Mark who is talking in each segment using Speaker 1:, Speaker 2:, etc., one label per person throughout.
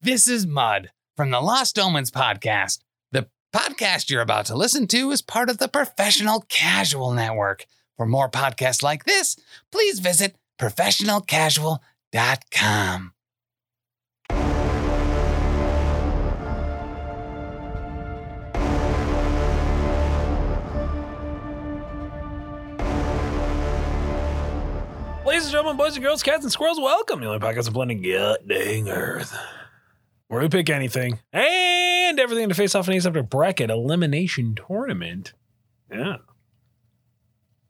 Speaker 1: This is Mud from the Lost Omens podcast. The podcast you're about to listen to is part of the Professional Casual Network. For more podcasts like this, please visit professionalcasual.com.
Speaker 2: Ladies and gentlemen, boys and girls, cats and squirrels, welcome to the only podcast on planet God dang Earth. Where we pick anything and everything to face off in except a bracket elimination tournament. Yeah.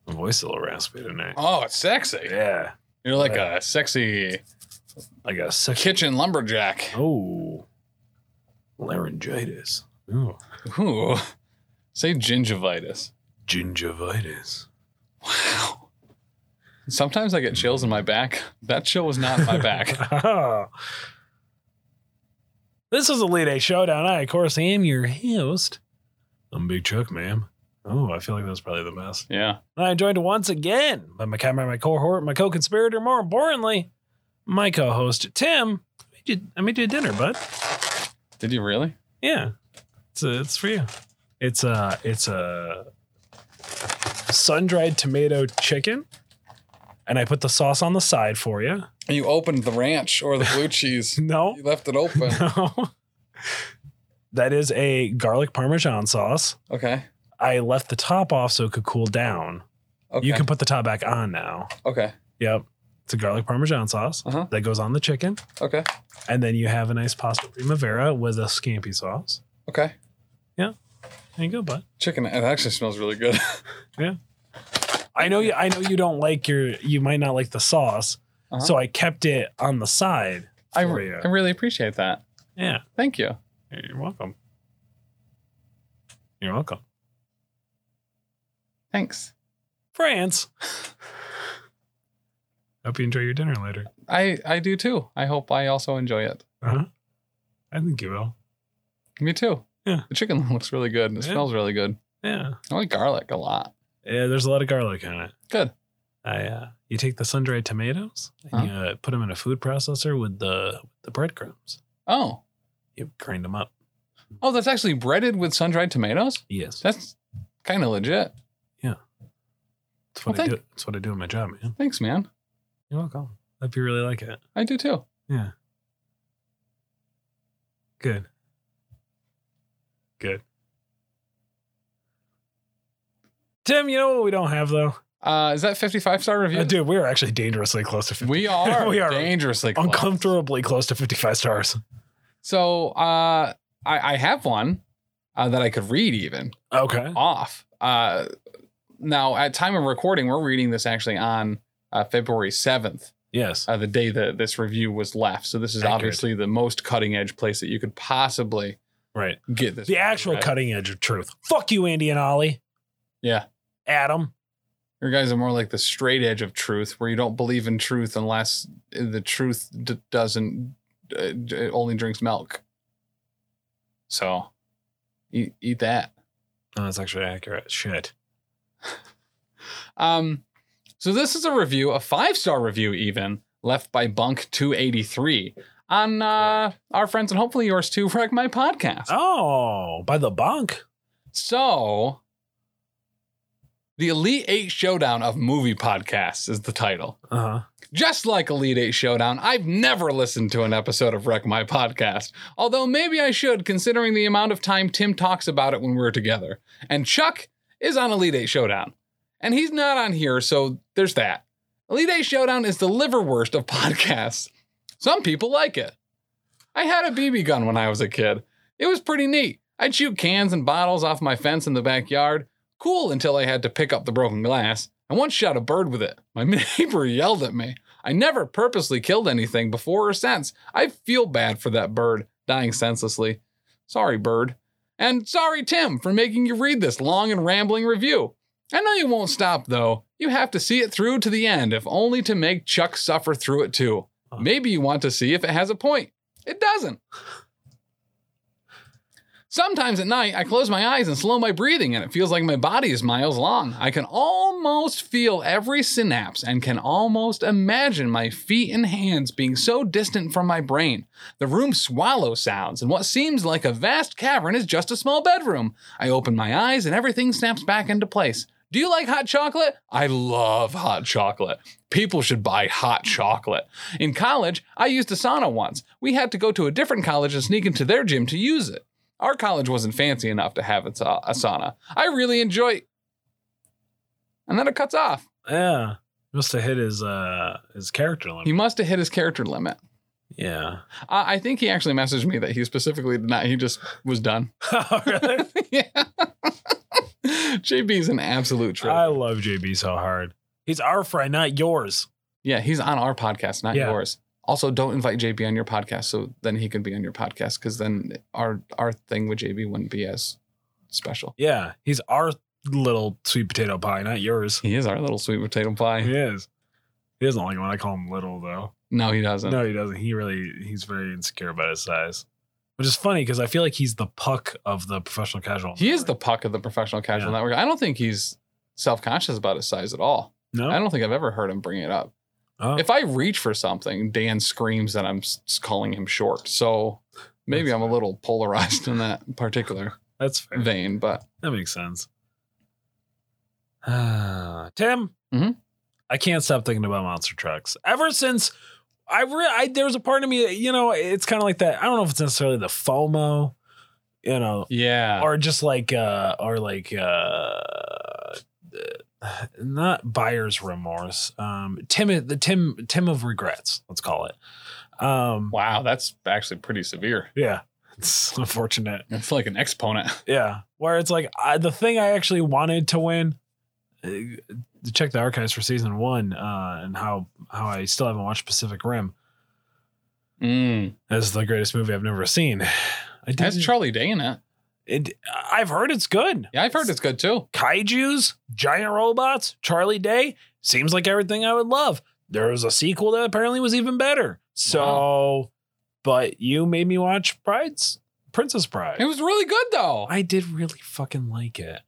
Speaker 2: My voice a little raspy tonight.
Speaker 3: Oh, it's sexy.
Speaker 2: Yeah.
Speaker 3: You're like a sexy
Speaker 2: I got a second.
Speaker 3: kitchen lumberjack.
Speaker 2: Oh. Laryngitis. Ooh.
Speaker 3: Ooh. Say gingivitis.
Speaker 2: Gingivitis.
Speaker 3: Wow. Sometimes I get chills in my back. That chill was not in my back.
Speaker 2: This is Elite A Showdown. I, of course, am your host. I'm Big Chuck, ma'am. Oh, I feel like that's probably the best.
Speaker 3: yeah.
Speaker 2: And I'm joined once again by my camera, my cohort, my co-conspirator, more importantly, my co-host Tim. I made you, I made you a dinner, bud.
Speaker 3: Did you really?
Speaker 2: Yeah, it's uh it's for you. It's a it's a sun-dried tomato chicken, and I put the sauce on the side for you.
Speaker 3: You opened the ranch or the blue cheese.
Speaker 2: No,
Speaker 3: You left it open.
Speaker 2: no, that is a garlic parmesan sauce.
Speaker 3: Okay.
Speaker 2: I left the top off so it could cool down.
Speaker 3: Okay.
Speaker 2: You can put the top back on now.
Speaker 3: okay.
Speaker 2: Yep. It's a garlic parmesan sauce
Speaker 3: Uh-huh.
Speaker 2: that goes on the chicken.
Speaker 3: Okay.
Speaker 2: And then you have a nice pasta primavera with a scampi sauce.
Speaker 3: Okay.
Speaker 2: There you go, bud.
Speaker 3: Chicken. It actually smells really good.
Speaker 2: I know you I know you don't like your you might not like the sauce.
Speaker 3: Uh-huh.
Speaker 2: So I kept it on the side.
Speaker 3: I,
Speaker 2: For you.
Speaker 3: I really appreciate that.
Speaker 2: Yeah.
Speaker 3: Thank you.
Speaker 2: You're welcome. You're welcome.
Speaker 3: Thanks.
Speaker 2: France. Hope you enjoy your dinner later.
Speaker 3: I, I do too. I hope I also enjoy it.
Speaker 2: Uh-huh. I think you will.
Speaker 3: Me too.
Speaker 2: Yeah.
Speaker 3: The chicken looks really good and it
Speaker 2: Yeah.
Speaker 3: smells really good.
Speaker 2: Yeah.
Speaker 3: I like garlic a lot.
Speaker 2: Yeah, there's a lot of garlic on it.
Speaker 3: Good.
Speaker 2: I uh, you take the sun-dried tomatoes and
Speaker 3: Huh?
Speaker 2: you uh, put them in a food processor with the the breadcrumbs.
Speaker 3: Oh.
Speaker 2: You grind them up.
Speaker 3: Oh, that's actually breaded with sun dried tomatoes?
Speaker 2: Yes.
Speaker 3: That's kind of legit.
Speaker 2: That's what
Speaker 3: Well,
Speaker 2: I
Speaker 3: thank-
Speaker 2: do. That's what I do in my job, man.
Speaker 3: Thanks, man.
Speaker 2: You're welcome. Hope you really like it.
Speaker 3: I do too.
Speaker 2: Yeah. Good. Good. Tim, you know what we don't have though?
Speaker 3: Uh, is that 55 star review?
Speaker 2: Uh, dude, we are actually dangerously close to 50,
Speaker 3: We are,
Speaker 2: We are
Speaker 3: dangerously close.
Speaker 2: uncomfortably close to 55 stars.
Speaker 3: So uh, I, I have one uh, that I could read even
Speaker 2: Okay.
Speaker 3: off. Uh, now, at time of recording, we're reading this actually on uh, February 7th,
Speaker 2: Yes.
Speaker 3: uh, the day that this review was left. So this is
Speaker 2: Accurate.
Speaker 3: obviously the most cutting edge place that you could possibly
Speaker 2: Right.
Speaker 3: get this.
Speaker 2: The actual
Speaker 3: read.
Speaker 2: cutting edge of truth. Fuck you, Andy and Ollie.
Speaker 3: Yeah.
Speaker 2: Adam.
Speaker 3: Your guys are more like the straight edge of truth, where you don't believe in truth unless the truth d- doesn't uh, d- only drinks milk. So, eat, eat that.
Speaker 2: No, that's actually accurate. Shit.
Speaker 3: Um, so this is a review, a five star review even left by Bunk Two Eighty Three on uh, our friends and hopefully yours too, Wreck My Podcast.
Speaker 2: Oh, by the bunk.
Speaker 3: So, the Elite Eight Showdown of Movie Podcasts is the title.
Speaker 2: Uh-huh.
Speaker 3: Just like Elite Eight Showdown, I've never listened to an episode of Wreck My Podcast, although maybe I should, considering the amount of time Tim talks about it when we're together. And Chuck is on Elite Eight Showdown. And he's not on here, so there's that. Elite Eight Showdown is the liverwurst of podcasts. Some people like it. I had a BB gun when I was a kid. It was pretty neat. I'd shoot cans and bottles off my fence in the backyard. Cool until I had to pick up the broken glass. I once shot a bird with it. My neighbor yelled at me. I never purposely killed anything before or since. I feel bad for that bird dying senselessly. Sorry, bird. And sorry, Tim, for making you read this long and rambling review. I know you won't stop, though. You have to see it through to the end, if only to make Chuck suffer through it too. Maybe you want to see if it has a point. It doesn't. Sometimes at night, I close my eyes and slow my breathing, and it feels like my body is miles long. I can almost feel every synapse and can almost imagine my feet and hands being so distant from my brain. The room swallow sounds, and what seems like a vast cavern is just a small bedroom. I open my eyes, and everything snaps back into place. Do you like hot chocolate? I love hot chocolate. People should buy hot chocolate. In college, I used a sauna once. We had to go to a different college and sneak into their gym to use it. Our college wasn't fancy enough to have a, sa- a sauna. I really enjoy. And then it cuts off.
Speaker 2: Yeah. Must have hit his uh his character limit.
Speaker 3: He must have hit his character limit.
Speaker 2: yeah.
Speaker 3: I I think he actually messaged me that he specifically did not. He just was done.
Speaker 2: Oh, really?
Speaker 3: yeah. JB's an absolute troll.
Speaker 2: I love JB so hard. He's our friend, not yours.
Speaker 3: yeah, he's on our podcast, not
Speaker 2: Yeah.
Speaker 3: yours. Also, don't invite JB on your podcast so then he can be on your podcast because then our our thing with JB wouldn't be as special.
Speaker 2: Yeah. He's our little sweet potato pie, not yours.
Speaker 3: He is our little sweet potato pie.
Speaker 2: He is. He doesn't like it when I call him little though.
Speaker 3: No, he doesn't.
Speaker 2: No, he doesn't. He really he's very insecure about his size. Which is funny because I feel like he's the puck of the professional casual.
Speaker 3: He is the puck of the professional casual
Speaker 2: Yeah.
Speaker 3: network. I don't think he's self conscious about his size at all. I
Speaker 2: no.
Speaker 3: don't think I've ever heard him bring it up.
Speaker 2: Oh.
Speaker 3: If I reach for something, Dan screams that I'm s- calling him short. So maybe
Speaker 2: That's
Speaker 3: I'm a little polarized in that particular
Speaker 2: That's fair.
Speaker 3: vein, but
Speaker 2: That makes sense. Tim,
Speaker 3: Mhm.
Speaker 2: I can't stop thinking about monster trucks. Ever since I, re- I there was a part of me, that, you know, it's kind of like that. I don't know if it's necessarily the FOMO, you know,
Speaker 3: yeah.
Speaker 2: or just like, uh, or like, uh, uh, not buyer's remorse. Um, Tim, the Tim, Tim of regrets. Let's call it. Um,
Speaker 3: Wow, that's actually pretty severe.
Speaker 2: yeah, it's unfortunate.
Speaker 3: That's like an exponent.
Speaker 2: Yeah, where it's like I, the thing I actually wanted to win. uh, Check the archives for season one uh, and how how I still haven't watched Pacific Rim
Speaker 3: Mm.
Speaker 2: as the greatest movie I've never seen. I
Speaker 3: That's
Speaker 2: didn't-
Speaker 3: Charlie Day in it.
Speaker 2: It, I've heard it's good.
Speaker 3: Yeah, I've heard it's good too.
Speaker 2: Kaiju's, giant robots, Charlie Day seems like everything I would love. There was a sequel that apparently was even better. So, but you made me watch Pride's Princess Bride.
Speaker 3: It was really good though.
Speaker 2: I did really fucking like it.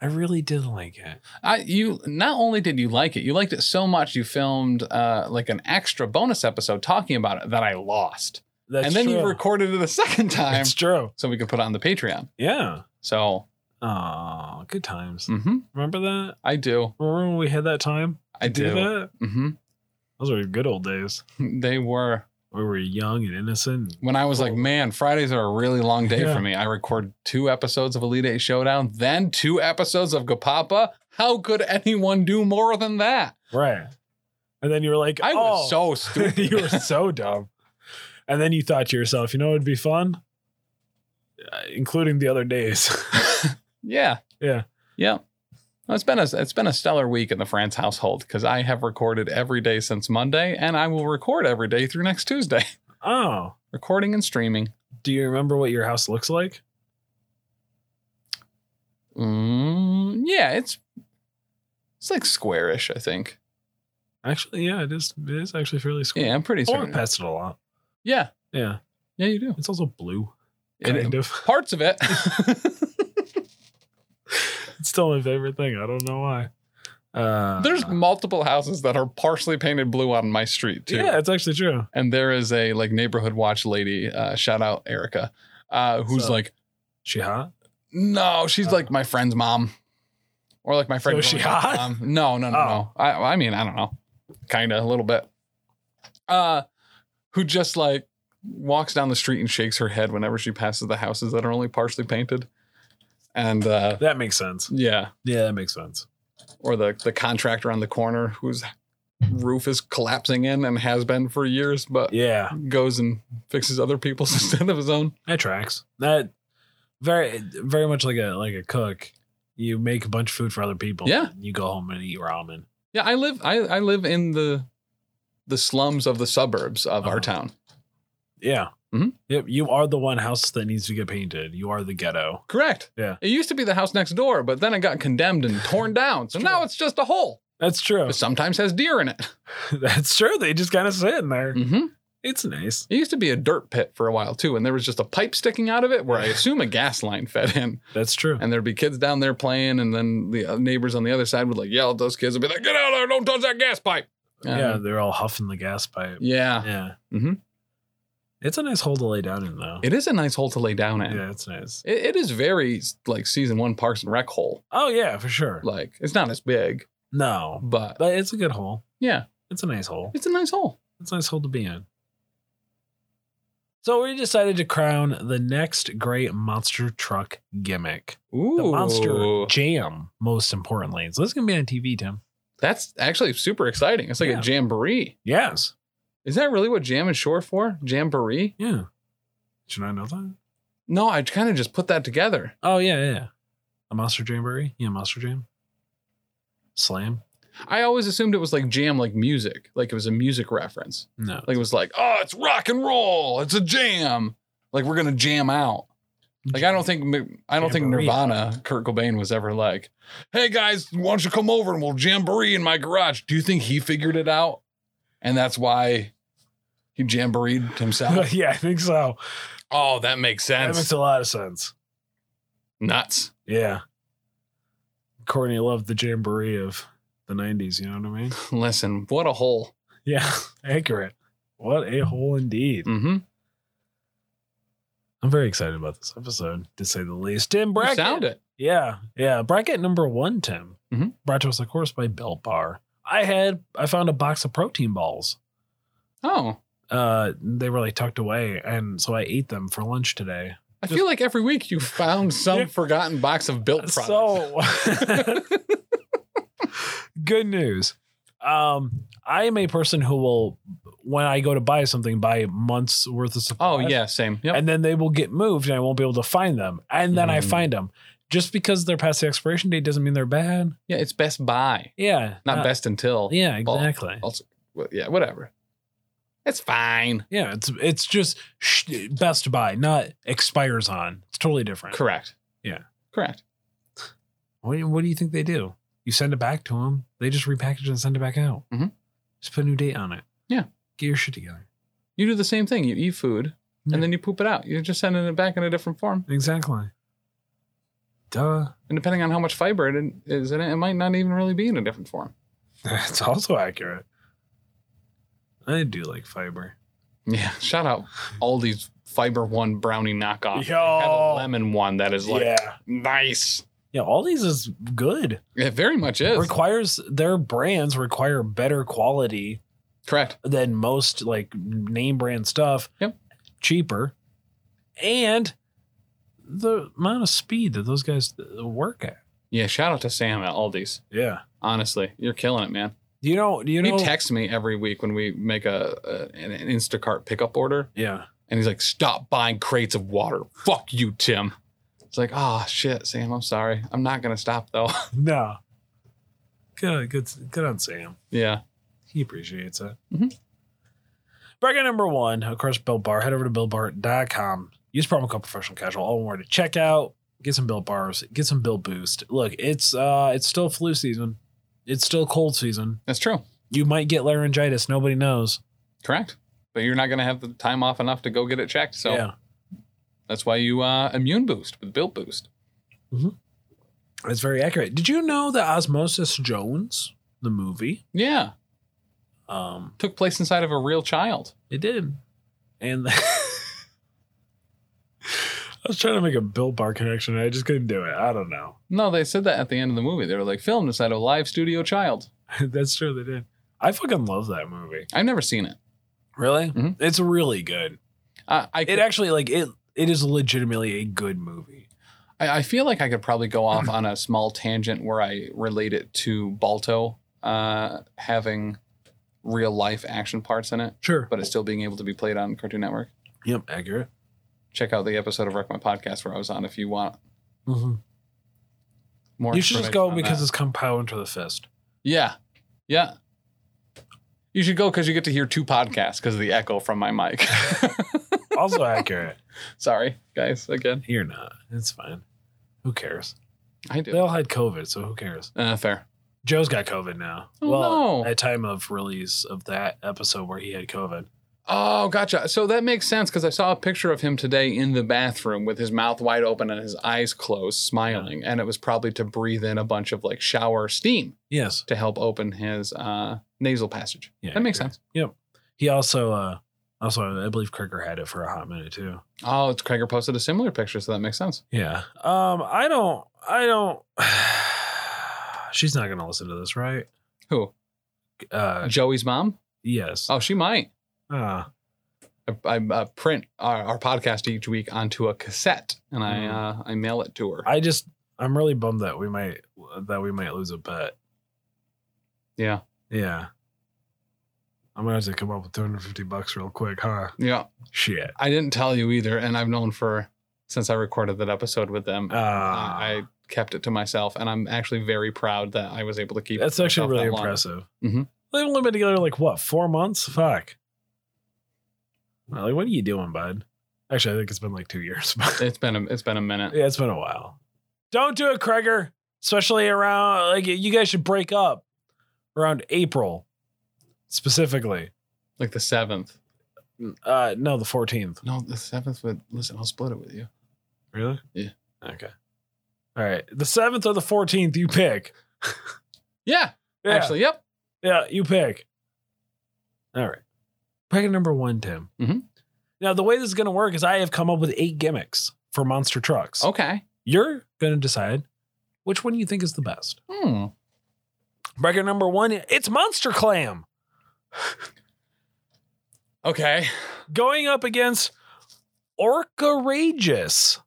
Speaker 2: I really did like it.
Speaker 3: I you not only did you like it, you liked it so much you filmed uh, like an extra bonus episode talking about it that I lost,
Speaker 2: That's
Speaker 3: and then
Speaker 2: true.
Speaker 3: you recorded it a second time
Speaker 2: That's true.
Speaker 3: so we could put it on the Patreon.
Speaker 2: Yeah.
Speaker 3: So
Speaker 2: Oh, good times.
Speaker 3: mhm,
Speaker 2: Remember that?
Speaker 3: I do,
Speaker 2: Remember when we had that time?
Speaker 3: I
Speaker 2: to
Speaker 3: do.
Speaker 2: that?
Speaker 3: hmm
Speaker 2: Those were good old days.
Speaker 3: They were
Speaker 2: We were young and innocent.
Speaker 3: when I was like,
Speaker 2: Oh.
Speaker 3: man, Fridays are a really long day
Speaker 2: Yeah.
Speaker 3: for me. I record two episodes of Elite Eight Showdown, then two episodes of Gapapa. How could anyone do more than that?
Speaker 2: Right. And then you were like,
Speaker 3: I was
Speaker 2: oh.
Speaker 3: so stupid.
Speaker 2: you were so dumb. And then you thought to yourself, you know, it'd be fun, Uh, including the other days.
Speaker 3: Yeah.
Speaker 2: Yeah.
Speaker 3: Yeah. Well, it's been a it's been a stellar week in the France household because I have recorded every day since Monday, and I will record every day through next Tuesday.
Speaker 2: oh,
Speaker 3: Recording and streaming.
Speaker 2: do you remember what your house looks like?
Speaker 3: Mm, yeah, it's it's like squarish, I think.
Speaker 2: Actually, yeah, it is. It is actually fairly square.
Speaker 3: Yeah, I'm pretty
Speaker 2: I walk
Speaker 3: certain.
Speaker 2: past it a lot.
Speaker 3: Yeah,
Speaker 2: Yeah,
Speaker 3: yeah, you do.
Speaker 2: it's also blue,
Speaker 3: It-
Speaker 2: kind of.
Speaker 3: parts of it.
Speaker 2: It's still my favorite thing. I don't know why. Uh,
Speaker 3: There's multiple houses that are partially painted blue on my street too.
Speaker 2: yeah, it's actually true.
Speaker 3: And there is a like neighborhood watch lady, uh, shout out Erica, uh, who's
Speaker 2: So-
Speaker 3: like
Speaker 2: She hot?
Speaker 3: No, she's
Speaker 2: Oh.
Speaker 3: like my friend's mom, or like my friend.
Speaker 2: So is she
Speaker 3: grandma's
Speaker 2: hot? Oh.
Speaker 3: mom. No, no, no, no. I, I mean, I don't know, kind of a little bit. Uh, who just like walks down the street and shakes her head whenever she passes the houses that are only partially painted, and uh,
Speaker 2: That makes sense.
Speaker 3: yeah,
Speaker 2: Yeah, that makes sense.
Speaker 3: or the the contractor on the corner whose roof is collapsing in and has been for years, but
Speaker 2: Yeah,
Speaker 3: goes and fixes other people's instead of his own.
Speaker 2: that tracks. That very, very much like a like a cook. You make a bunch of food for other people.
Speaker 3: Yeah.
Speaker 2: You go home and eat ramen.
Speaker 3: Yeah, I live I, I live in the the slums of the suburbs of
Speaker 2: Uh-huh.
Speaker 3: our town.
Speaker 2: Yeah.
Speaker 3: Mhm.
Speaker 2: Yep. You are the one house that needs to get painted. You are the ghetto.
Speaker 3: Correct.
Speaker 2: Yeah.
Speaker 3: It used to be the house next door, but then it got condemned and torn down. So now
Speaker 2: True.
Speaker 3: it's just a hole.
Speaker 2: That's true.
Speaker 3: It sometimes has deer in it.
Speaker 2: That's true. They just kind of sit in there.
Speaker 3: Mm-hmm.
Speaker 2: It's nice.
Speaker 3: It used to be a dirt pit for a while too, and there was just a pipe sticking out of it where I assume a gas line fed in.
Speaker 2: That's true.
Speaker 3: And there'd be kids down there playing, and then the uh, neighbors on the other side would like yell at those kids and be like, "Get out of there! Don't touch that gas pipe." Um,
Speaker 2: yeah, they're all huffing the gas pipe.
Speaker 3: yeah.
Speaker 2: Yeah.
Speaker 3: Mhm.
Speaker 2: It's a nice hole to lay down in, though.
Speaker 3: It is a nice hole to lay down in.
Speaker 2: yeah, it's nice.
Speaker 3: It, it is very like season one Parks and Rec hole.
Speaker 2: Oh yeah, for sure.
Speaker 3: Like it's not as big,
Speaker 2: No,
Speaker 3: but
Speaker 2: but it's a good hole.
Speaker 3: yeah,
Speaker 2: It's a nice hole.
Speaker 3: it's a nice hole.
Speaker 2: It's a nice hole to be in. So we decided to crown the next great monster truck gimmick,
Speaker 3: Ooh,
Speaker 2: the Monster Jam. Most importantly, so this is gonna be on TV, Tim.
Speaker 3: That's actually super exciting. It's like
Speaker 2: Yeah.
Speaker 3: a jamboree.
Speaker 2: Yes.
Speaker 3: Is that really what jam is short for? Jamboree?
Speaker 2: Yeah. Should I know that?
Speaker 3: No, I kind of just put that together.
Speaker 2: Oh yeah, yeah, yeah. A monster jamboree. Yeah, monster jam. Slam.
Speaker 3: I always assumed it was like jam, like music, like it was a music reference.
Speaker 2: No.
Speaker 3: Like it was like, oh, it's rock and roll. It's a jam. Like we're gonna jam out. Like I don't think I don't think
Speaker 2: Jamboree.
Speaker 3: Nirvana, Kurt Cobain was ever like, "Hey guys, why don't you come over and we'll jamboree in my garage?" Do you think he figured it out, and that's why he jamboreed himself?
Speaker 2: yeah, I think so.
Speaker 3: oh, that makes
Speaker 2: That
Speaker 3: sense.
Speaker 2: makes a lot of sense.
Speaker 3: Nuts.
Speaker 2: Yeah. Courtney loved the jamboree of the 90s, you know what I mean?
Speaker 3: Listen, what a hole.
Speaker 2: Yeah, accurate. What a hole indeed.
Speaker 3: Mm-hmm.
Speaker 2: I'm very excited about this episode, to say the least. Tim
Speaker 3: You
Speaker 2: Brackett.
Speaker 3: sound it.
Speaker 2: Yeah, yeah. Bracket number one, Tim.
Speaker 3: Mhm.
Speaker 2: Brought to us, of course, by Built Bar. I had, I found a box of protein balls.
Speaker 3: Oh,
Speaker 2: Uh, they were like tucked away, and so I ate them for lunch today.
Speaker 3: I
Speaker 2: Just-
Speaker 3: feel like every week you found some
Speaker 2: Yeah.
Speaker 3: forgotten box of built products.
Speaker 2: So, good news. Um, I am a person who will, when I go to buy something, buy months worth of
Speaker 3: oh
Speaker 2: supplies.
Speaker 3: yeah, same. Yep.
Speaker 2: and then they will get moved, and I won't be able to find them. And then I
Speaker 3: Mm.
Speaker 2: find them. Just because they're past the expiration date doesn't mean they're bad.
Speaker 3: yeah, it's Best Buy,
Speaker 2: Yeah,
Speaker 3: not Best Until.
Speaker 2: Yeah, exactly.
Speaker 3: Well, yeah, whatever. It's fine.
Speaker 2: Yeah, it's it's just sh- Best Buy, not expires on. It's totally different.
Speaker 3: Correct.
Speaker 2: Yeah.
Speaker 3: Correct.
Speaker 2: What, do- what do you think they do? You send it back to them. They just repackage it and send it back out.
Speaker 3: Mhm.
Speaker 2: Just put a new date on it.
Speaker 3: Yeah.
Speaker 2: Get your shit together.
Speaker 3: You do the same thing. You eat food
Speaker 2: Yeah.
Speaker 3: and then you poop it out. You're just sending it back in a different form.
Speaker 2: Exactly. Duh.
Speaker 3: And depending on how much fiber it in- is in it, it might not even really be in a different form.
Speaker 2: That's also accurate. I do like fiber.
Speaker 3: Yeah. Shout out all these Fiber One brownie knockoffs. Ah, They Have a
Speaker 2: Yo.
Speaker 3: lemon one that is like
Speaker 2: yeah.
Speaker 3: nice.
Speaker 2: Yeah, all these is good.
Speaker 3: It very much is.
Speaker 2: Requires their brands require better quality
Speaker 3: Correct.
Speaker 2: than most like name brand stuff.
Speaker 3: Yep.
Speaker 2: Cheaper. And the amount of speed that those guys uh, work at.
Speaker 3: Yeah. Shout out to Sam at Aldi's.
Speaker 2: Yeah.
Speaker 3: Honestly, you're killing it, man.
Speaker 2: Do you know do you know
Speaker 3: he texts me every week when we make a, a an an Instacart pickup order.
Speaker 2: Yeah.
Speaker 3: And he's like, stop buying crates of water. Fuck you, Tim. It's like, oh shit, Sam, I'm sorry. I'm not gonna stop though.
Speaker 2: No. Good good good on Sam.
Speaker 3: yeah.
Speaker 2: he appreciates it.
Speaker 3: Mhm.
Speaker 2: Bracket number one, of course, Bill Bar. Head over to BillBar.com. Use promo code professional casual. All more to check out. Get some Bill Bars. Get some Bill Boost. Look, it's uh it's still flu season. It's still cold season.
Speaker 3: That's true.
Speaker 2: You might get laryngitis. Nobody knows.
Speaker 3: Correct. But you're not gonna have the time off enough to go get it checked. So
Speaker 2: yeah,
Speaker 3: that's why you uh immune boost with Built Boost.
Speaker 2: that's very accurate. Did you know that Osmosis Jones, the movie,
Speaker 3: Yeah.
Speaker 2: um,
Speaker 3: Took place inside of a real child.
Speaker 2: it did, and I was trying to make a Bill Bar connection. I just couldn't do it. I don't know.
Speaker 3: No, they said that at the end of the movie. They were like, filmed inside of a live studio child.
Speaker 2: That's true. They did. I fucking love that movie.
Speaker 3: I've never seen it.
Speaker 2: Really?
Speaker 3: Mhm.
Speaker 2: It's really good.
Speaker 3: I I,
Speaker 2: It
Speaker 3: could,
Speaker 2: actually like it. It is legitimately a good movie.
Speaker 3: I I feel like I could probably go off on a small tangent where I relate it to Balto uh having real life action parts in it.
Speaker 2: Sure.
Speaker 3: but it's still being able to be played on Cartoon Network.
Speaker 2: Yep. Accurate.
Speaker 3: Check out the episode of Wreck My Podcast where I was on if you want
Speaker 2: Mm-hmm.
Speaker 3: more.
Speaker 2: You should just
Speaker 3: information
Speaker 2: go
Speaker 3: on
Speaker 2: because
Speaker 3: that.
Speaker 2: it's come power into the fist.
Speaker 3: yeah, yeah. You should go because you get to hear two podcasts because of the echo from my mic.
Speaker 2: Also accurate.
Speaker 3: Sorry, guys. Again,
Speaker 2: You're not. It's fine. Who cares?
Speaker 3: I
Speaker 2: They
Speaker 3: do.
Speaker 2: all had COVID, so who cares?
Speaker 3: Uh, fair.
Speaker 2: Joe's got COVID now.
Speaker 3: Oh,
Speaker 2: well,
Speaker 3: no.
Speaker 2: at time of release of that episode where he had COVID.
Speaker 3: Oh, gotcha. So that makes sense because I saw a picture of him today in the bathroom with his mouth wide open and his eyes closed, smiling. And it was probably to breathe in a bunch of like shower steam
Speaker 2: Yes.
Speaker 3: to help open his uh, nasal passage.
Speaker 2: Yeah,
Speaker 3: that makes
Speaker 2: agree.
Speaker 3: sense.
Speaker 2: He also, uh, also, I believe Kirker had it for a hot minute too.
Speaker 3: Oh, it's Craiger posted a similar picture, so that makes sense.
Speaker 2: Yeah. Um, I don't, I don't, she's not going to listen to this, right?
Speaker 3: Who?
Speaker 2: Uh,
Speaker 3: Joey's mom?
Speaker 2: yes.
Speaker 3: Oh, she might.
Speaker 2: Uh,
Speaker 3: I, I uh, print our, our podcast each week onto a cassette and
Speaker 2: Mm.
Speaker 3: I uh, I mail it to her.
Speaker 2: I just, I'm really bummed that we might, that we might lose a bet.
Speaker 3: yeah.
Speaker 2: Yeah. I'm going to have to come up with 250 bucks real quick, huh?
Speaker 3: Yeah.
Speaker 2: Shit.
Speaker 3: I didn't tell you either. And I've known for since I recorded that episode with them.
Speaker 2: Uh,
Speaker 3: I I kept it to myself, and I'm actually very proud that I was able to keep. it
Speaker 2: that's
Speaker 3: to
Speaker 2: actually
Speaker 3: myself
Speaker 2: really
Speaker 3: that long.
Speaker 2: impressive.
Speaker 3: Mhm.
Speaker 2: They've only been together like what, four months? Fuck. Well, like, what are you doing, bud? Actually, I think it's been like two years. but-
Speaker 3: It's been a, it's been a minute.
Speaker 2: Yeah, it's been a while. Don't do it, Kreger. Especially around like you guys should break up around April, specifically.
Speaker 3: Like the seventh.
Speaker 2: Uh, no, the fourteenth.
Speaker 3: No, the seventh. Would listen. I'll split it with you.
Speaker 2: Really?
Speaker 3: Yeah.
Speaker 2: Okay. All right. The seventh or the fourteenth, you pick.
Speaker 3: Yeah.
Speaker 2: Yeah.
Speaker 3: Actually, yep.
Speaker 2: yeah, you pick. All right. Packet number one, Tim.
Speaker 3: Mhm.
Speaker 2: Now the way this is gonna work is I have come up with eight gimmicks for monster trucks.
Speaker 3: Okay.
Speaker 2: You're gonna decide which one you think is the best.
Speaker 3: Hmm.
Speaker 2: Bracket number one, it's Monster Clam.
Speaker 3: Okay.
Speaker 2: going up against Orcourageous.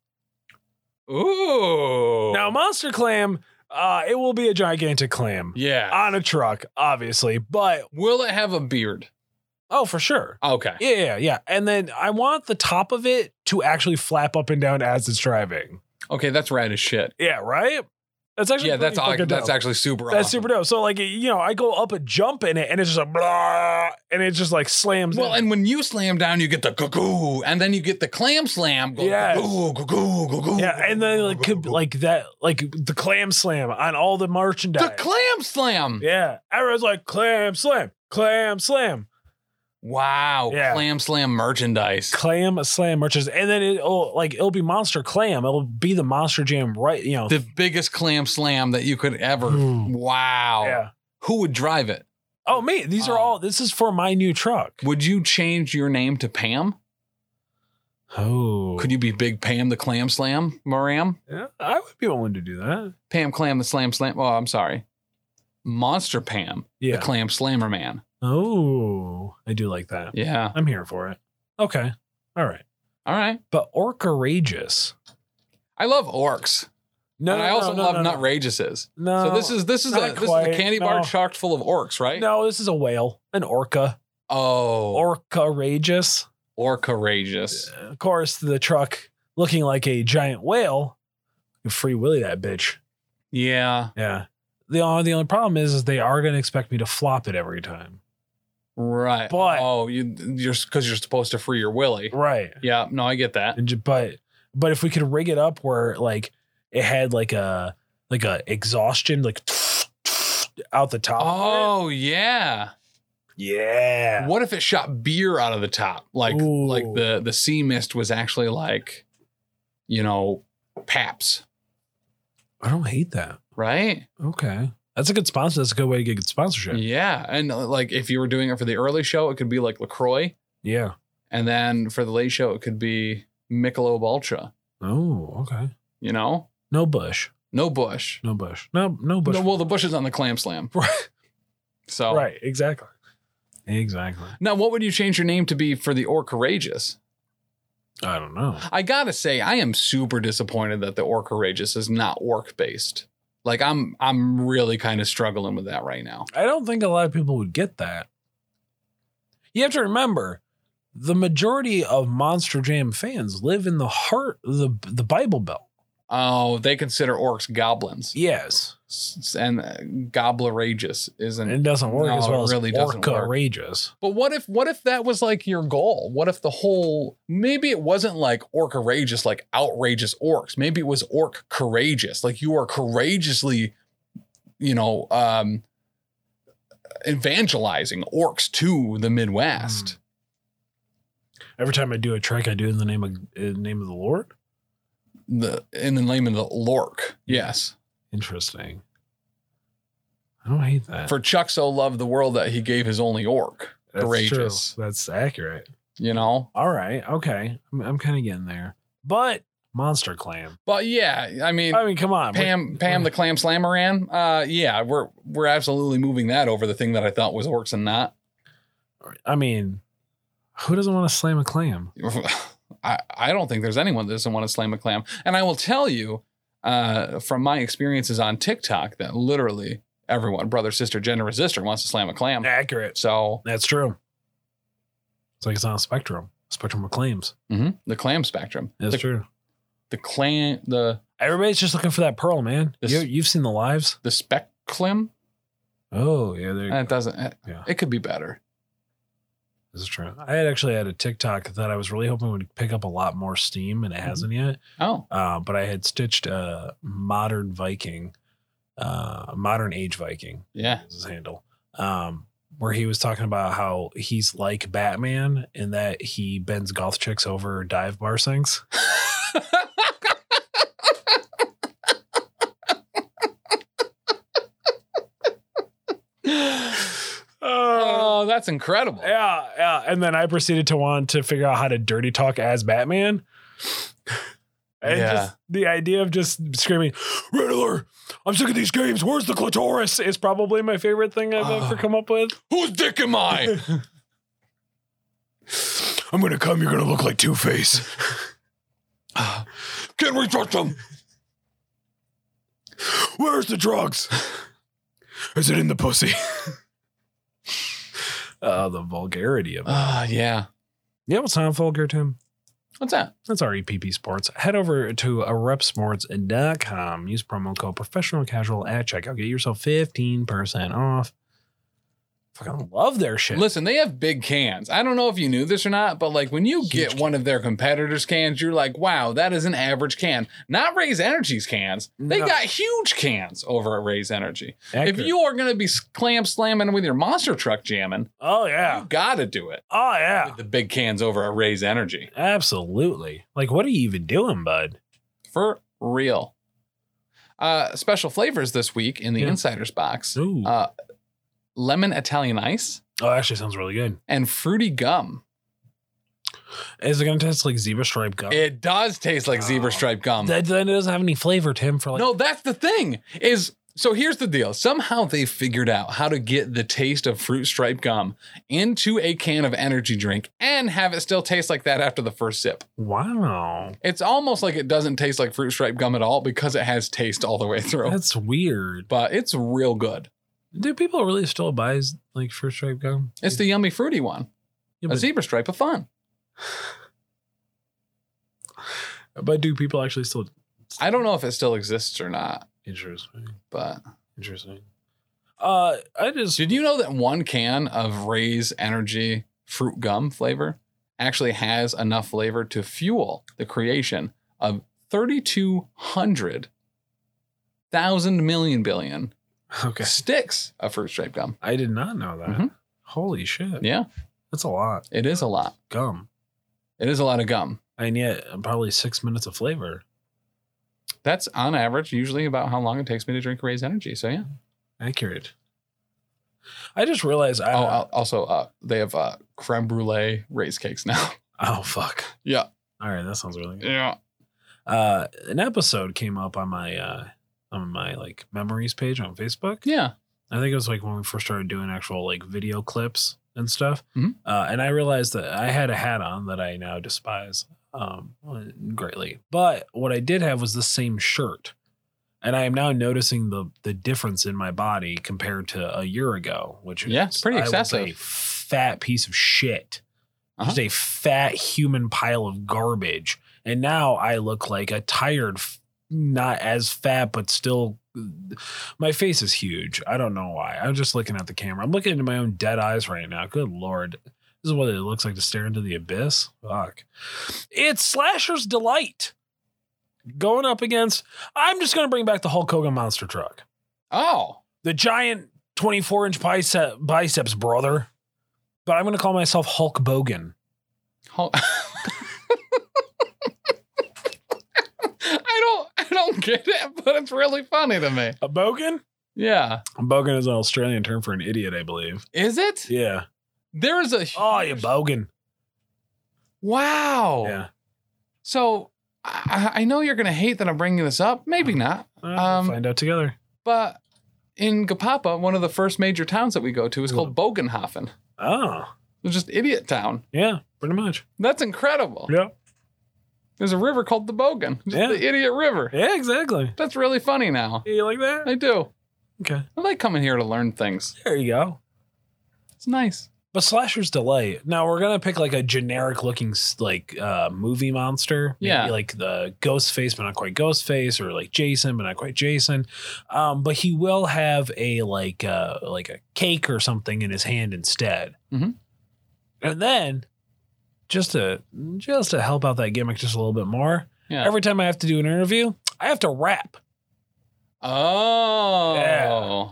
Speaker 3: Ooh.
Speaker 2: Now, Monster Clam, uh, it will be a gigantic clam
Speaker 3: Yeah.
Speaker 2: on a truck, obviously, but
Speaker 3: Will it have a beard?
Speaker 2: oh, for sure.
Speaker 3: Okay.
Speaker 2: Yeah, yeah, yeah. And then I want the top of it to actually flap up and down as it's driving.
Speaker 3: Okay, that's rad as shit.
Speaker 2: Yeah, right? That's actually
Speaker 3: Yeah, that's
Speaker 2: pretty
Speaker 3: aw-
Speaker 2: fucking
Speaker 3: that's
Speaker 2: dope.
Speaker 3: actually super.
Speaker 2: That's
Speaker 3: awesome.
Speaker 2: super dope. So like you know, I go up a jump in it, and it's just a blah, and it just like slams.
Speaker 3: Well,
Speaker 2: in.
Speaker 3: and when you slam down, you get the cuckoo, and then you get the clam slam. Go
Speaker 2: Yes.
Speaker 3: cuckoo, cuckoo, cuckoo,
Speaker 2: yeah, and then like
Speaker 3: cuckoo,
Speaker 2: could,
Speaker 3: cuckoo.
Speaker 2: like that, like the clam slam on all the merchandise.
Speaker 3: the clam slam.
Speaker 2: Yeah. Everyone's like, clam slam, clam slam,
Speaker 3: Wow,
Speaker 2: Yeah.
Speaker 3: clam slam merchandise.
Speaker 2: clam slam merchandise. And then it'll like it'll be monster clam. It'll be the monster jam right, you know.
Speaker 3: The biggest clam slam that you could ever.
Speaker 2: Ooh.
Speaker 3: Wow.
Speaker 2: Mm. Yeah.
Speaker 3: Who would drive it?
Speaker 2: Oh mate, these are
Speaker 3: Oh.
Speaker 2: all this is for my new truck.
Speaker 3: Would you change your name to Pam?
Speaker 2: Oh.
Speaker 3: Could you be Big Pam the Clam Slam Moram?
Speaker 2: Yeah, I would be willing to do that.
Speaker 3: Pam Clam the Slam Slam. Oh, I'm sorry. Monster Pam,
Speaker 2: Yeah.
Speaker 3: the Clam Slammer Man.
Speaker 2: oh. I do like that.
Speaker 3: Yeah.
Speaker 2: I'm here for it. Okay. All right.
Speaker 3: All right.
Speaker 2: But Orcourageous.
Speaker 3: I love orcs.
Speaker 2: No,
Speaker 3: and
Speaker 2: no,
Speaker 3: I also
Speaker 2: no, no,
Speaker 3: love
Speaker 2: no,
Speaker 3: nut rageses.
Speaker 2: No.
Speaker 3: so this is this is a
Speaker 2: not
Speaker 3: this is
Speaker 2: quite,
Speaker 3: a candy bar
Speaker 2: no.
Speaker 3: chocked full of orcs, right?
Speaker 2: No, this is a whale, an orca.
Speaker 3: Oh, or,
Speaker 2: Orcourageous.
Speaker 3: courageous.
Speaker 2: Uh, of course, the truck looking like a giant whale. You Free Willy that bitch.
Speaker 3: Yeah,
Speaker 2: Yeah. The only, the only problem is, is they are going to expect me to flop it every time.
Speaker 3: right.
Speaker 2: But-
Speaker 3: oh, you you're because you're supposed to free your willy.
Speaker 2: Right.
Speaker 3: Yeah, no, I get that.
Speaker 2: And ju- but but if we could rig it up where like it had like a like a exhaustion like out the top. of it.
Speaker 3: Oh yeah.
Speaker 2: yeah.
Speaker 3: What if it shot beer out of the top? Like
Speaker 2: Ooh.
Speaker 3: like the the sea mist was actually like, you know, paps,
Speaker 2: I don't hate that.
Speaker 3: right?
Speaker 2: Okay. That's a good sponsor. That's a good way to get good sponsorship. Yeah.
Speaker 3: Yeah, and uh, like if you were doing it for the early show, it could be like Lacroix, and then for the late show, it could be Michelob Ultra.
Speaker 2: Oh, okay.
Speaker 3: You know,
Speaker 2: No bush.
Speaker 3: no Bush.
Speaker 2: No bush. No no bush.
Speaker 3: No, well, the Bush is on the clam slam. So
Speaker 2: Right, exactly. Exactly.
Speaker 3: Now, what would you change your name to be for the Or Courageous?
Speaker 2: I don't know.
Speaker 3: I gotta say, I am super disappointed that the Or Courageous is not orc based. Like, I'm I'm really kind of struggling with that right now.
Speaker 2: I don't think a lot of people would get that. You have to remember, the majority of Monster Jam fans live in the heart of the the Bible Belt.
Speaker 3: Oh, they consider orcs goblins,
Speaker 2: Yes,
Speaker 3: S- and uh, goblerageous isn't.
Speaker 2: and it doesn't work
Speaker 3: No,
Speaker 2: as
Speaker 3: it
Speaker 2: well
Speaker 3: really
Speaker 2: as
Speaker 3: doesn't work.
Speaker 2: Outrageous.
Speaker 3: but what if what if that was like your goal? What if the whole maybe it wasn't like orc courageous, like outrageous orcs. Maybe it was orc courageous, like you are courageously, you know, um evangelizing orcs to the Midwest.
Speaker 2: Every time I do a trek, I do it in the name of in the name of the Lord.
Speaker 3: The in the name of the Lork. Yes.
Speaker 2: Interesting. I don't hate that.
Speaker 3: For Chuck so loved the world that he gave his only orc.
Speaker 2: That's
Speaker 3: courageous.
Speaker 2: True. That's accurate.
Speaker 3: You know?
Speaker 2: All right. Okay. I'm, I'm kind of getting there. But Monster Clam.
Speaker 3: But yeah, I mean
Speaker 2: I mean, come on.
Speaker 3: Pam Pam the Clam Slammeran. Uh yeah, we're we're absolutely moving that over the thing that I thought was orcs and not.
Speaker 2: I mean, who doesn't want to slam a clam?
Speaker 3: I, I don't think there's anyone that doesn't want to slam a clam. And I will tell you uh, from my experiences on TikTok that literally everyone, brother, sister, gender, resistor, wants to slam a clam.
Speaker 2: Accurate.
Speaker 3: So
Speaker 2: That's true. It's like it's on a spectrum. Spectrum of claims.
Speaker 3: mhm, the clam spectrum,
Speaker 2: That's
Speaker 3: the,
Speaker 2: true.
Speaker 3: the clam, the
Speaker 2: Everybody's just looking for that pearl, man.
Speaker 3: This-
Speaker 2: You, you've seen the lives.
Speaker 3: the spec clam.
Speaker 2: Oh yeah, there. you
Speaker 3: It doesn't. It,
Speaker 2: Yeah.
Speaker 3: it could be better.
Speaker 2: This is true. I had actually had a TikTok that I was really hoping would pick up a lot more steam, and it hasn't yet.
Speaker 3: Oh,
Speaker 2: Uh, but I had stitched a modern Viking, uh, modern age Viking
Speaker 3: yeah.
Speaker 2: is his handle, um, where he was talking about how he's like Batman in that he bends goth chicks over dive bar sinks.
Speaker 3: oh, that's incredible.
Speaker 2: Um, Yeah, yeah. And then I proceeded to want to figure out how to dirty talk as Batman. And
Speaker 3: Yeah.
Speaker 2: just the idea of just screaming, Riddler, I'm sick of these games. Where's the clitoris? Is probably my favorite thing I've ever
Speaker 3: Oh.
Speaker 2: come up with.
Speaker 3: Whose dick am I?
Speaker 2: I'm gonna come, you're gonna look like Two Face.
Speaker 3: Can we trust him?
Speaker 2: Where's the drugs? Is it in the pussy? uh, the vulgarity of it.
Speaker 3: Ah, yeah.
Speaker 2: Yeah, what's not vulgar, Tim?
Speaker 3: What's that?
Speaker 2: That's our EPP Sports. Head over to repsports.com. Use promo code professional casual at checkout. Get yourself 15% off. Fucking love their shit.
Speaker 3: Listen, they have big cans. I don't know if you knew this or not, but like when you
Speaker 2: Huge
Speaker 3: get
Speaker 2: can.
Speaker 3: one of their competitors' cans, you're like, wow, that is an average can. Not Raise Energy's cans. They
Speaker 2: No.
Speaker 3: got huge cans over at Raise Energy.
Speaker 2: Accurate.
Speaker 3: If you are going to be s- clam slamming with your monster truck jamming,
Speaker 2: oh, yeah.
Speaker 3: you got to do it
Speaker 2: Oh, yeah.
Speaker 3: with the big cans over at Raise Energy.
Speaker 2: Absolutely. Like, what are you even doing, bud?
Speaker 3: For real. Uh, special flavors this week in the
Speaker 2: Yeah.
Speaker 3: Insiders box
Speaker 2: Ooh.
Speaker 3: Uh, lemon Italian ice
Speaker 2: oh, actually, sounds really good.
Speaker 3: and fruity gum.
Speaker 2: Is it going to taste like zebra stripe gum?
Speaker 3: It does taste like
Speaker 2: Oh.
Speaker 3: zebra stripe gum.
Speaker 2: that, that doesn't have any flavor, Tim, for like.
Speaker 3: no, that's the thing. Is so here's the deal. Somehow they figured out how to get the taste of fruit stripe gum into a can of energy drink and have it still taste like that after the first sip.
Speaker 2: Wow.
Speaker 3: It's almost like it doesn't taste like fruit stripe gum at all because it has taste all the way through.
Speaker 2: That's weird.
Speaker 3: but it's real good.
Speaker 2: Do people really still buy like first stripe gum?
Speaker 3: It's the yummy fruity one.
Speaker 2: Yeah,
Speaker 3: A
Speaker 2: but-
Speaker 3: zebra stripe of fun.
Speaker 2: But do people actually still?
Speaker 3: I don't know if it still exists or not,
Speaker 2: Interesting.
Speaker 3: but
Speaker 2: Interesting. Uh, I just
Speaker 3: Did you know that one can of Ray's Energy fruit gum flavor actually has enough flavor to fuel the creation of 3,200 thousand million billion
Speaker 2: okay.
Speaker 3: sticks of fruit stripe gum?
Speaker 2: I did not know that.
Speaker 3: Mhm.
Speaker 2: Holy shit!
Speaker 3: Yeah,
Speaker 2: that's a lot
Speaker 3: it is a lot.
Speaker 2: gum,
Speaker 3: It is a lot of gum.
Speaker 2: and yet uh, probably six minutes of flavor.
Speaker 3: That's on average usually about how long it takes me to drink Ray's Energy. So yeah.
Speaker 2: Accurate. I just realized I
Speaker 3: Oh, al- also uh, they have uh, creme brulee Ray's cakes now.
Speaker 2: oh fuck
Speaker 3: Yeah.
Speaker 2: All right, that sounds really good.
Speaker 3: yeah.
Speaker 2: Uh, an episode came up on my uh on my like memories page on Facebook.
Speaker 3: Yeah.
Speaker 2: I think it was like when we first started doing actual like video clips and stuff.
Speaker 3: Mhm.
Speaker 2: Uh, and I realized that I had a hat on that I now despise um, greatly. But what I did have was the same shirt. And I am now noticing the the difference in my body compared to a year ago, which
Speaker 3: Yeah,
Speaker 2: is
Speaker 3: pretty
Speaker 2: I was
Speaker 3: excessive.
Speaker 2: a fat piece of shit. Just
Speaker 3: Uh-huh.
Speaker 2: a fat human pile of garbage. And now I look like a tired, f- not as fat, but still. My face is huge. I don't know why. I'm just looking at the camera. I'm looking into my own dead eyes right now. Good lord. This is what it looks like to stare into the abyss. Fuck. It's Slasher's Delight going up against. I'm just going to bring back the Hulk Hogan monster truck.
Speaker 3: Oh.
Speaker 2: The giant 24 inch bicep, biceps, brother. But I'm going to call myself Hulk Bogan.
Speaker 3: Ho- I don't I don't get it, but it's really funny to me.
Speaker 2: A bogan?
Speaker 3: Yeah.
Speaker 2: A bogan is an Australian term for an idiot, I believe.
Speaker 3: Is it?
Speaker 2: Yeah.
Speaker 3: There is a hu-
Speaker 2: Oh, you bogan.
Speaker 3: wow.
Speaker 2: Yeah.
Speaker 3: So I, I know you're gonna hate that I'm bringing this up. Maybe not.
Speaker 2: Uh, we'll
Speaker 3: Um,
Speaker 2: find out together.
Speaker 3: But in Gapapa, one of the first major towns that we go to is called Bogenhofen.
Speaker 2: Oh,
Speaker 3: It's just idiot town.
Speaker 2: yeah, pretty much.
Speaker 3: That's incredible.
Speaker 2: Yeah.
Speaker 3: There's a river called the Bogan, just
Speaker 2: Yeah.
Speaker 3: the idiot river.
Speaker 2: Yeah, exactly.
Speaker 3: That's really funny now.
Speaker 2: Yeah, you like that?
Speaker 3: I do.
Speaker 2: Okay.
Speaker 3: I like coming here to learn things.
Speaker 2: There you go.
Speaker 3: It's nice.
Speaker 2: But Slasher's Delight. Now we're gonna pick like a generic looking like uh movie monster. Maybe
Speaker 3: Yeah.
Speaker 2: Like the ghost face, but not quite ghost face, or like Jason, but not quite Jason. Um, but he will have a like uh like a cake or something in his hand instead.
Speaker 3: Mhm.
Speaker 2: And then just to just to help out that gimmick just a little bit more,
Speaker 3: Yeah.
Speaker 2: every time I have to do an interview, I have to rap.
Speaker 3: oh.
Speaker 2: Yeah.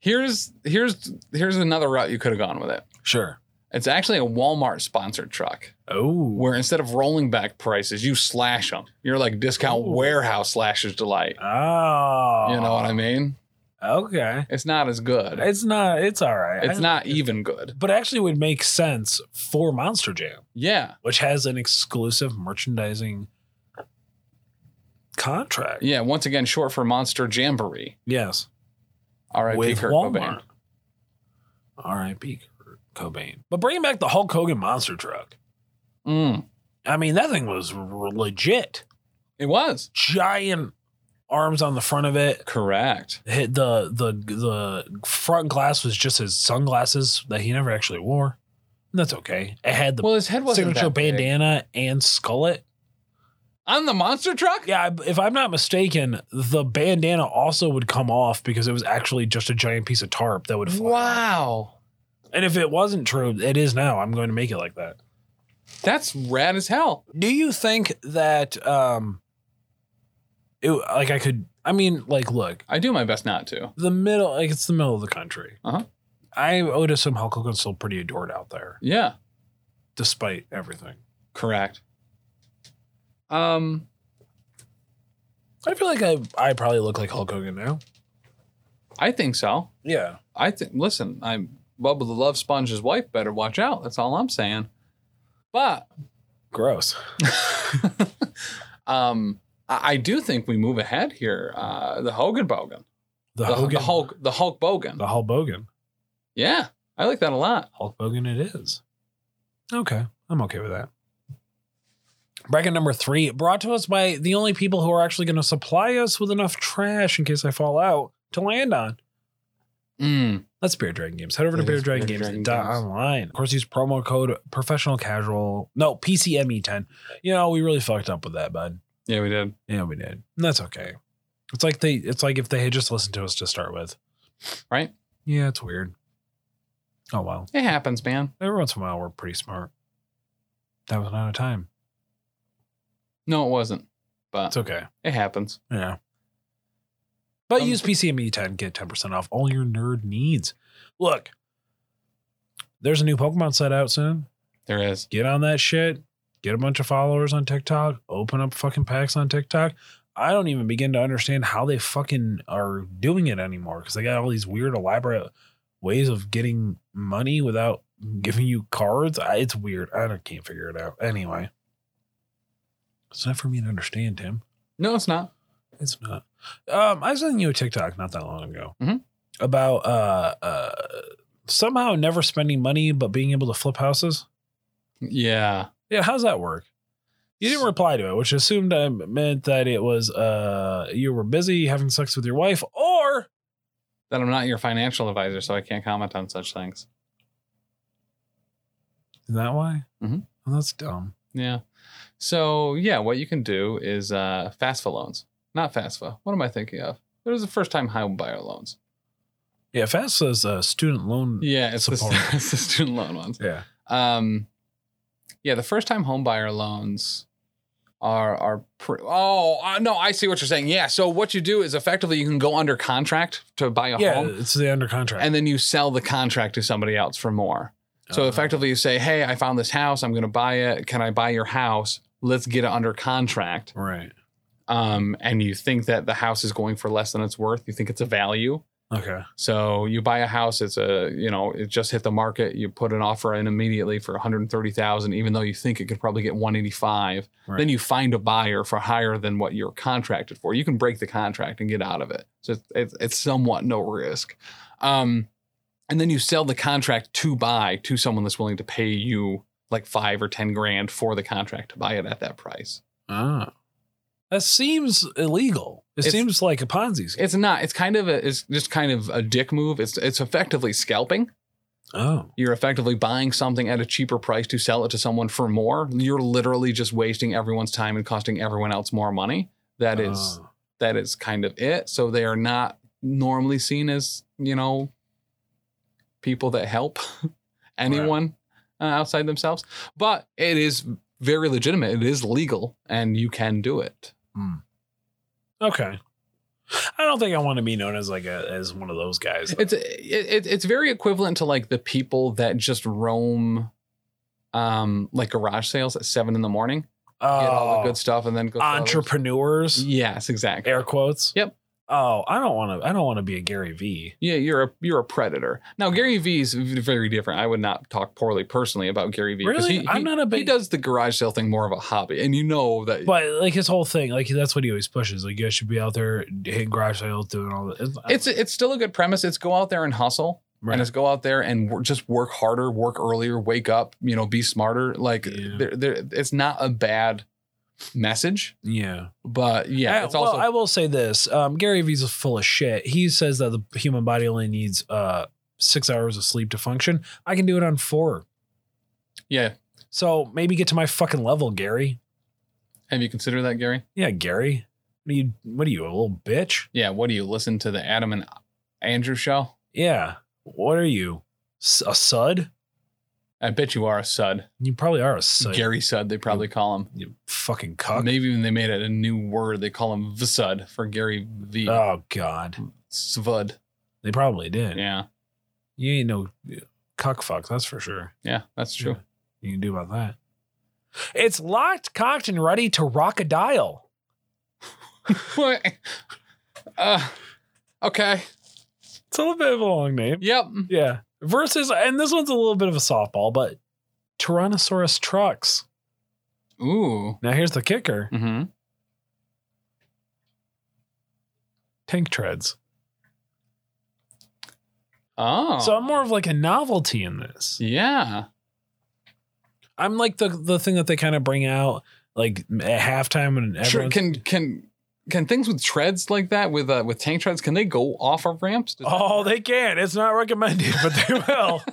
Speaker 3: Here's here's here's another route you could have gone with it.
Speaker 2: Sure.
Speaker 3: It's actually a Walmart sponsored truck
Speaker 2: Oh.
Speaker 3: where instead of rolling back prices, you slash them. You're like discount
Speaker 2: Ooh.
Speaker 3: warehouse slashes delight.
Speaker 2: Oh.
Speaker 3: You know what I mean?
Speaker 2: Okay.
Speaker 3: It's not as good.
Speaker 2: It's not. It's all right.
Speaker 3: It's
Speaker 2: I-
Speaker 3: not even good.
Speaker 2: but actually would make sense for Monster Jam,
Speaker 3: Yeah.
Speaker 2: which has an exclusive merchandising contract.
Speaker 3: Yeah. Once again, short for Monster Jamboree.
Speaker 2: Yes,
Speaker 3: R.I.P.
Speaker 2: with
Speaker 3: Kurt Cobain.
Speaker 2: Walmart. R.I.P. Kurt Cobain. But bringing back the Hulk Hogan monster truck.
Speaker 3: Mm,
Speaker 2: I mean, that thing was r- legit.
Speaker 3: it was.
Speaker 2: Giant arms on the front of it.
Speaker 3: Correct.
Speaker 2: Hit the the the front glass was just his sunglasses that he never actually wore. And that's okay. It had the
Speaker 3: well, his head wasn't
Speaker 2: signature
Speaker 3: that big.
Speaker 2: bandana and skullet.
Speaker 3: on the monster truck.
Speaker 2: Yeah, I- if I'm not mistaken, the bandana also would come off because it was actually just a giant piece of tarp that would fly. off.
Speaker 3: Wow,
Speaker 2: And if it wasn't true, it is now. I'm going to make it like that.
Speaker 3: that's rad as hell.
Speaker 2: Do you think that um it like I could I mean, like look,
Speaker 3: I do my best not to.
Speaker 2: the middle like it's the middle of the country.
Speaker 3: Uh-huh.
Speaker 2: I would assume Hulk Hogan's still pretty adored out there,
Speaker 3: Yeah,
Speaker 2: despite everything.
Speaker 3: correct. Um,
Speaker 2: I feel like I I probably look like Hulk Hogan now.
Speaker 3: I think so.
Speaker 2: Yeah.
Speaker 3: I think. Listen, I'm Bubba the Love Sponge's wife. Better watch out. That's all I'm saying. But
Speaker 2: Gross.
Speaker 3: um, I, I do think we move ahead here. Uh, the Hogan Bogan,
Speaker 2: The,
Speaker 3: the,
Speaker 2: Hogan
Speaker 3: the Hulk, the Hulk Bogan.
Speaker 2: the Hulk Hogan.
Speaker 3: Yeah, I like that a lot.
Speaker 2: Hulk Hogan it is. Okay. I'm okay with that. Bracket number three, brought to us by the only people who are actually going to supply us with enough trash in case I fall out to land on.
Speaker 3: Mm.
Speaker 2: That's Beer Dragon Games. Head over to
Speaker 3: It is Beer Dragon Games.
Speaker 2: beerdragongames.online. Of course, use promo code professional casual. No, PCME10. E You know, we really fucked up with that, bud.
Speaker 3: Yeah, we did.
Speaker 2: Yeah, we did. And that's okay. It's like they it's like if they had just listened to us to start with.
Speaker 3: Right.
Speaker 2: Yeah, it's weird. Oh well.
Speaker 3: It happens, man.
Speaker 2: Every once in a while, we're pretty smart. That was not a time.
Speaker 3: No, it wasn't. But
Speaker 2: It's okay.
Speaker 3: it happens.
Speaker 2: Yeah. But
Speaker 3: Um,
Speaker 2: use PCME10, get 10% off all your nerd needs. Look, there's a new Pokemon set out soon.
Speaker 3: There is.
Speaker 2: Get on that shit. Get a bunch of followers on TikTok. Open up fucking packs on TikTok. I don't even begin to understand how they fucking are doing it anymore because they got all these weird, elaborate ways of getting money without giving you cards. I, it's weird. I don't, can't figure it out. Anyway, it's not for me to understand, Tim.
Speaker 3: No, it's not.
Speaker 2: It's not. Um, I was sending you a TikTok not that long ago
Speaker 3: Mhm.
Speaker 2: about uh, uh, somehow never spending money but being able to flip houses.
Speaker 3: Yeah.
Speaker 2: Yeah, how's that work? You didn't reply to it, which assumed I meant that it was uh, you were busy having sex with your wife, or
Speaker 3: That I'm not your financial advisor, so I can't comment on such things.
Speaker 2: is that why?
Speaker 3: Mhm.
Speaker 2: Well, that's dumb.
Speaker 3: Yeah. So yeah, what you can do is uh FAFSA loans. Not FAFSA. What am I thinking of? There's the first time home buyer loans.
Speaker 2: Yeah, FAFSA is a student loan.
Speaker 3: Yeah, it's the,
Speaker 2: Support.
Speaker 3: it's the student loan ones.
Speaker 2: Yeah.
Speaker 3: Um yeah, the first time home buyer loans are are pre- oh uh, no I see what you're saying yeah so what you do is effectively you can go under contract to buy a
Speaker 2: Yeah,
Speaker 3: home
Speaker 2: it's the under contract.
Speaker 3: and then you sell the contract to somebody else for more
Speaker 2: Oh,
Speaker 3: So effectively, you say, "Hey, I found this house. I'm going to buy it. Can I buy your house? Let's get it under contract."
Speaker 2: Right.
Speaker 3: Um, and you think that the house is going for less than it's worth. You think it's a value.
Speaker 2: Okay.
Speaker 3: So you buy a house. It's a you know it just hit the market. You put an offer in immediately for 130,000, even though you think it could probably get 185.
Speaker 2: Right.
Speaker 3: Then you find a buyer for higher than what you're contracted for. You can break the contract and get out of it. So it's it's, it's somewhat no risk. Um, and then you sell the contract to buy to someone that's willing to pay you like five or ten grand for the contract to buy it at that price.
Speaker 2: Oh. That seems illegal. It
Speaker 3: It's-
Speaker 2: seems like a Ponzi scheme.
Speaker 3: It's not. It's kind of a. It's just kind of a dick move. It's it's effectively scalping.
Speaker 2: oh.
Speaker 3: You're effectively buying something at a cheaper price to sell it to someone for more. You're literally just wasting everyone's time and costing everyone else more money. That is
Speaker 2: Oh.
Speaker 3: that is kind of it. So they are not normally seen as you know people that help anyone uh, outside themselves. But it is very legitimate. It is legal, and you can do it.
Speaker 2: Oh. Okay. I don't think I want to be known as like a, as one of those guys. though.
Speaker 3: It's it, it, it's very equivalent to like the people that just roam. Um, like garage sales at seven in the morning, get all the
Speaker 2: Oh,
Speaker 3: good stuff, and then go. sell it.
Speaker 2: entrepreneurs,
Speaker 3: Yes, exactly.
Speaker 2: air quotes.
Speaker 3: Yep.
Speaker 2: Oh, I don't want to. I don't want to be a Gary V.
Speaker 3: Yeah, you're a you're a predator. Now Gary Vee is v- very different. I would not talk poorly personally about Gary Vee. 'cause
Speaker 2: Really?
Speaker 3: he,
Speaker 2: I'm
Speaker 3: he-
Speaker 2: not a big-
Speaker 3: He does the garage sale thing more of a hobby, and you know that.
Speaker 2: But like his whole thing, like that's what he always pushes. Like you guys should be out there hitting garage sales, doing all that.
Speaker 3: it's it's still a good premise. It's go out there and hustle,
Speaker 2: Right.
Speaker 3: and it's go out there and wor- just work harder, work earlier, wake up, you know, be smarter. Like
Speaker 2: Yeah.
Speaker 3: there, there, it's not a bad message,
Speaker 2: yeah.
Speaker 3: but yeah,
Speaker 2: Uh,
Speaker 3: it's also
Speaker 2: well, I will say this: um, Gary Vee's is full of shit. He says that the human body only needs uh, six hours of sleep to function. I can do it on four.
Speaker 3: yeah.
Speaker 2: So maybe get to my fucking level, Gary.
Speaker 3: Have you considered that, Gary?
Speaker 2: Yeah, Gary. What are you? What are you, a little bitch?
Speaker 3: Yeah. What do you listen to the Adam and Andrew show?
Speaker 2: Yeah. What are you? S- A sud?
Speaker 3: I bet you are a sud,
Speaker 2: You probably are a sud.
Speaker 3: Gary Sud. They probably call him.
Speaker 2: You fucking cuck.
Speaker 3: Maybe when they made it a new word, they call him Vsud for Gary V.
Speaker 2: Oh God.
Speaker 3: Svud.
Speaker 2: They probably did.
Speaker 3: Yeah.
Speaker 2: You ain't no cuck fuck. That's for sure.
Speaker 3: Yeah, that's true.
Speaker 2: You can do about that. It's locked, cocked, and ready to rock a dial.
Speaker 3: What? uh, okay.
Speaker 2: It's a little bit of a long name.
Speaker 3: Yep.
Speaker 2: Yeah. Versus, and this one's a little bit of a softball, but Tyrannosaurus trucks.
Speaker 3: Ooh.
Speaker 2: Now here's the kicker:
Speaker 3: Mm-hmm.
Speaker 2: tank treads.
Speaker 3: Oh.
Speaker 2: So I'm more of like a novelty in this.
Speaker 3: yeah.
Speaker 2: I'm like the the thing that they kind of bring out like at halftime and
Speaker 3: Sure.
Speaker 2: everyone.
Speaker 3: Can can can things with treads like that with uh, with tank treads can they go off of ramps? Does-
Speaker 2: Oh, they can. It's not recommended, but they will.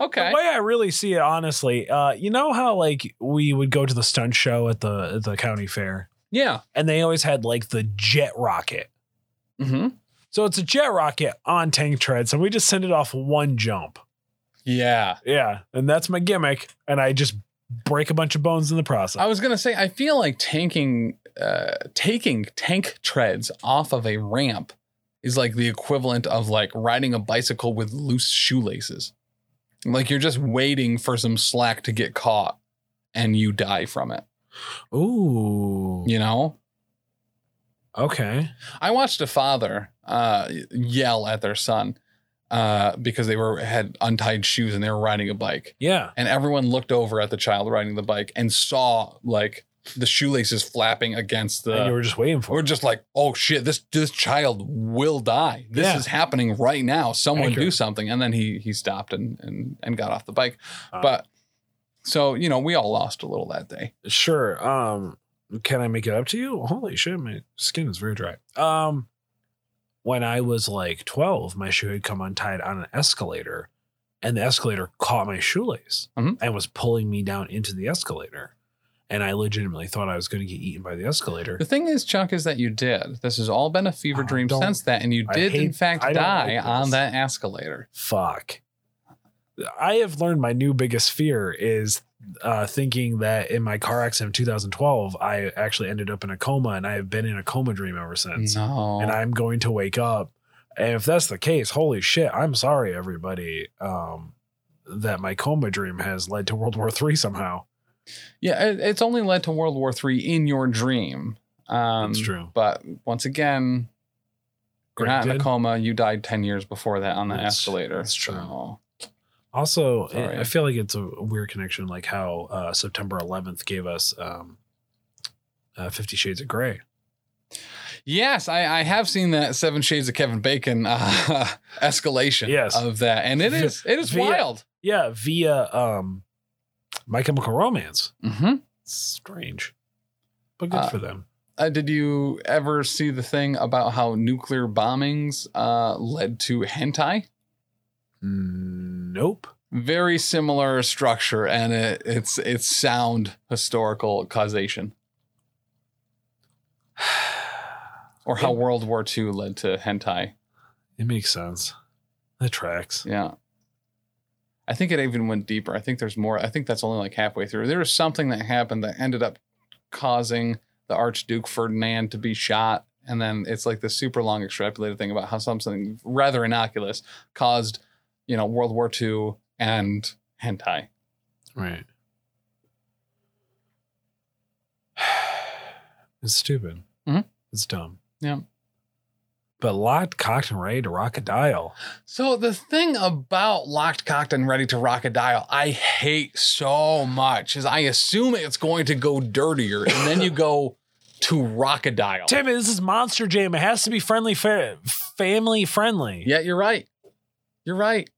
Speaker 3: okay.
Speaker 2: The way I really see it, honestly, uh, you know how like we would go to the stunt show at the at the county fair,
Speaker 3: Yeah.
Speaker 2: and they always had like the jet rocket.
Speaker 3: Mm-hmm.
Speaker 2: So it's a jet rocket on tank treads, and we just send it off one jump.
Speaker 3: Yeah.
Speaker 2: Yeah, and that's my gimmick, and I just break a bunch of bones in the process.
Speaker 3: I was gonna say I feel like tanking uh taking tank treads off of a ramp is like the equivalent of like riding a bicycle with loose shoelaces. Like you're just waiting for some slack to get caught and you die from it. Oh.
Speaker 2: Ooh.
Speaker 3: You know?
Speaker 2: Okay.
Speaker 3: I watched a father uh yell at their son uh because they were had untied shoes and they were riding a bike.
Speaker 2: Yeah.
Speaker 3: and everyone looked over at the child riding the bike and saw like the shoelaces flapping against
Speaker 2: and you
Speaker 3: the
Speaker 2: were just waiting for
Speaker 3: we're
Speaker 2: it.
Speaker 3: just like oh shit this this child will die this
Speaker 2: Yeah.
Speaker 3: is happening right now someone do
Speaker 2: Accurate.
Speaker 3: something and then he he stopped and and and got off the bike
Speaker 2: Uh,
Speaker 3: but so you know we all lost a little that day
Speaker 2: Sure. Um, can I make it up to you? Holy shit, my skin is very dry. Um, when I was like 12, my shoe had come untied on an escalator, and the escalator caught my shoelace
Speaker 3: Mhm.
Speaker 2: and was pulling me down into the escalator. And I legitimately thought I was going to get eaten by the escalator.
Speaker 3: the thing is chuck is that you did this has all been a fever
Speaker 2: I
Speaker 3: dream
Speaker 2: don't-
Speaker 3: since that and you
Speaker 2: I
Speaker 3: did in
Speaker 2: hate-
Speaker 3: fact
Speaker 2: I don't
Speaker 3: die
Speaker 2: like
Speaker 3: on
Speaker 2: this.
Speaker 3: that escalator
Speaker 2: Fuck. I have learned my new biggest fear is uh, thinking that in my car accident in 2012, I actually ended up in a coma, and I have been in a coma dream ever since.
Speaker 3: no
Speaker 2: and I'm going to wake up And if that's the case, holy shit, I'm sorry, everybody, um, that my coma dream has led to World War III somehow.
Speaker 3: Yeah, it, it's only led to World War III in your dream. Um,
Speaker 2: That's true.
Speaker 3: But once again, you're not in a
Speaker 2: Granted.
Speaker 3: coma. You died 10 years before that on the
Speaker 2: That's-
Speaker 3: escalator.
Speaker 2: that's true.
Speaker 3: so-
Speaker 2: Also,
Speaker 3: Sorry.
Speaker 2: I feel like it's a weird connection, like how uh, September 11th gave us um, uh, Fifty Shades of Grey.
Speaker 3: yes, I, I have seen that Seven Shades of Kevin Bacon uh, escalation
Speaker 2: Yes.
Speaker 3: of that. And it is it is
Speaker 2: Via-
Speaker 3: wild.
Speaker 2: Yeah, via um, My Chemical Romance.
Speaker 3: hmm
Speaker 2: strange, but good
Speaker 3: Uh,
Speaker 2: for them.
Speaker 3: Uh, did you ever see the thing about how nuclear bombings uh, led to hentai?
Speaker 2: Nope.
Speaker 3: Very similar structure, and it, it's it's sound historical causation. or how
Speaker 2: Yeah.
Speaker 3: World War II led to hentai.
Speaker 2: It makes sense. That tracks.
Speaker 3: Yeah. I think it even went deeper. I think there's more. I think that's only like halfway through. There was something that happened that ended up causing the Archduke Ferdinand to be shot. And then it's like this super long extrapolated thing about how something rather innocuous caused, you know, World War II and hentai.
Speaker 2: Right. It's stupid.
Speaker 3: Mhm.
Speaker 2: It's dumb.
Speaker 3: Yeah.
Speaker 2: But locked, cocked, and ready to rock a dial.
Speaker 3: So the thing about locked, cocked, and ready to rock a dial, I hate so much is I assume it's going to go dirtier, and then you go to rock a dial.
Speaker 2: Timmy, this is Monster Jam. It has to be friendly, fa- family friendly.
Speaker 3: Yeah, you're right. You're right.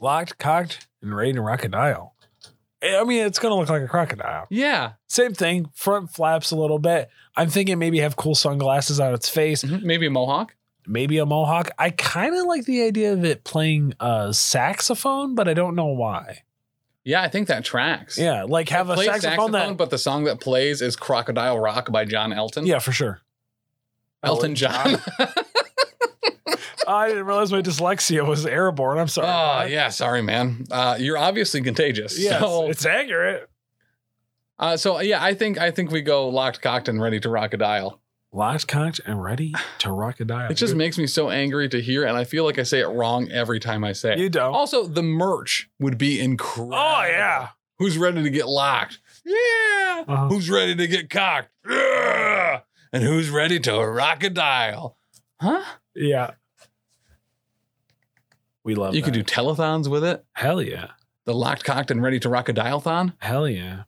Speaker 2: Locked, cocked, and ready to rock a dial. I mean, it's going to look like a crocodile.
Speaker 3: Yeah.
Speaker 2: Same thing. Front flaps a little bit. I'm thinking maybe have cool sunglasses on its face.
Speaker 3: Maybe a mohawk.
Speaker 2: Maybe a mohawk. I kind of like the idea of it playing a saxophone, but I don't know why.
Speaker 3: Yeah, I think that tracks.
Speaker 2: Yeah, like have a
Speaker 3: Play
Speaker 2: saxophone, that.
Speaker 3: but the song that plays is Crocodile Rock by John Elton.
Speaker 2: yeah, Oh, for sure.
Speaker 3: Elton John.
Speaker 2: Oh, I didn't realize my dyslexia was airborne. I'm sorry.
Speaker 3: oh, yeah. Sorry, man. Uh, you're obviously contagious.
Speaker 2: Yes,
Speaker 3: so,
Speaker 2: it's accurate.
Speaker 3: uh, so yeah, I think I think we go locked, cocked, and ready to rock a dial.
Speaker 2: Locked, cocked, and ready to rock a dial.
Speaker 3: It just makes me so angry to hear, and I feel like I say it wrong every time I say it.
Speaker 2: you don't.
Speaker 3: Also, the merch would be incredible.
Speaker 2: oh yeah.
Speaker 3: Who's ready to get locked? Yeah.
Speaker 2: Uh-huh.
Speaker 3: Who's ready to get cocked? Yeah. And who's ready to rock a dial? Huh?
Speaker 2: Yeah. We love
Speaker 3: You could do
Speaker 2: that.
Speaker 3: telethons with it.
Speaker 2: hell yeah,
Speaker 3: The locked, cocked, and ready to rock a dial thon.
Speaker 2: hell yeah.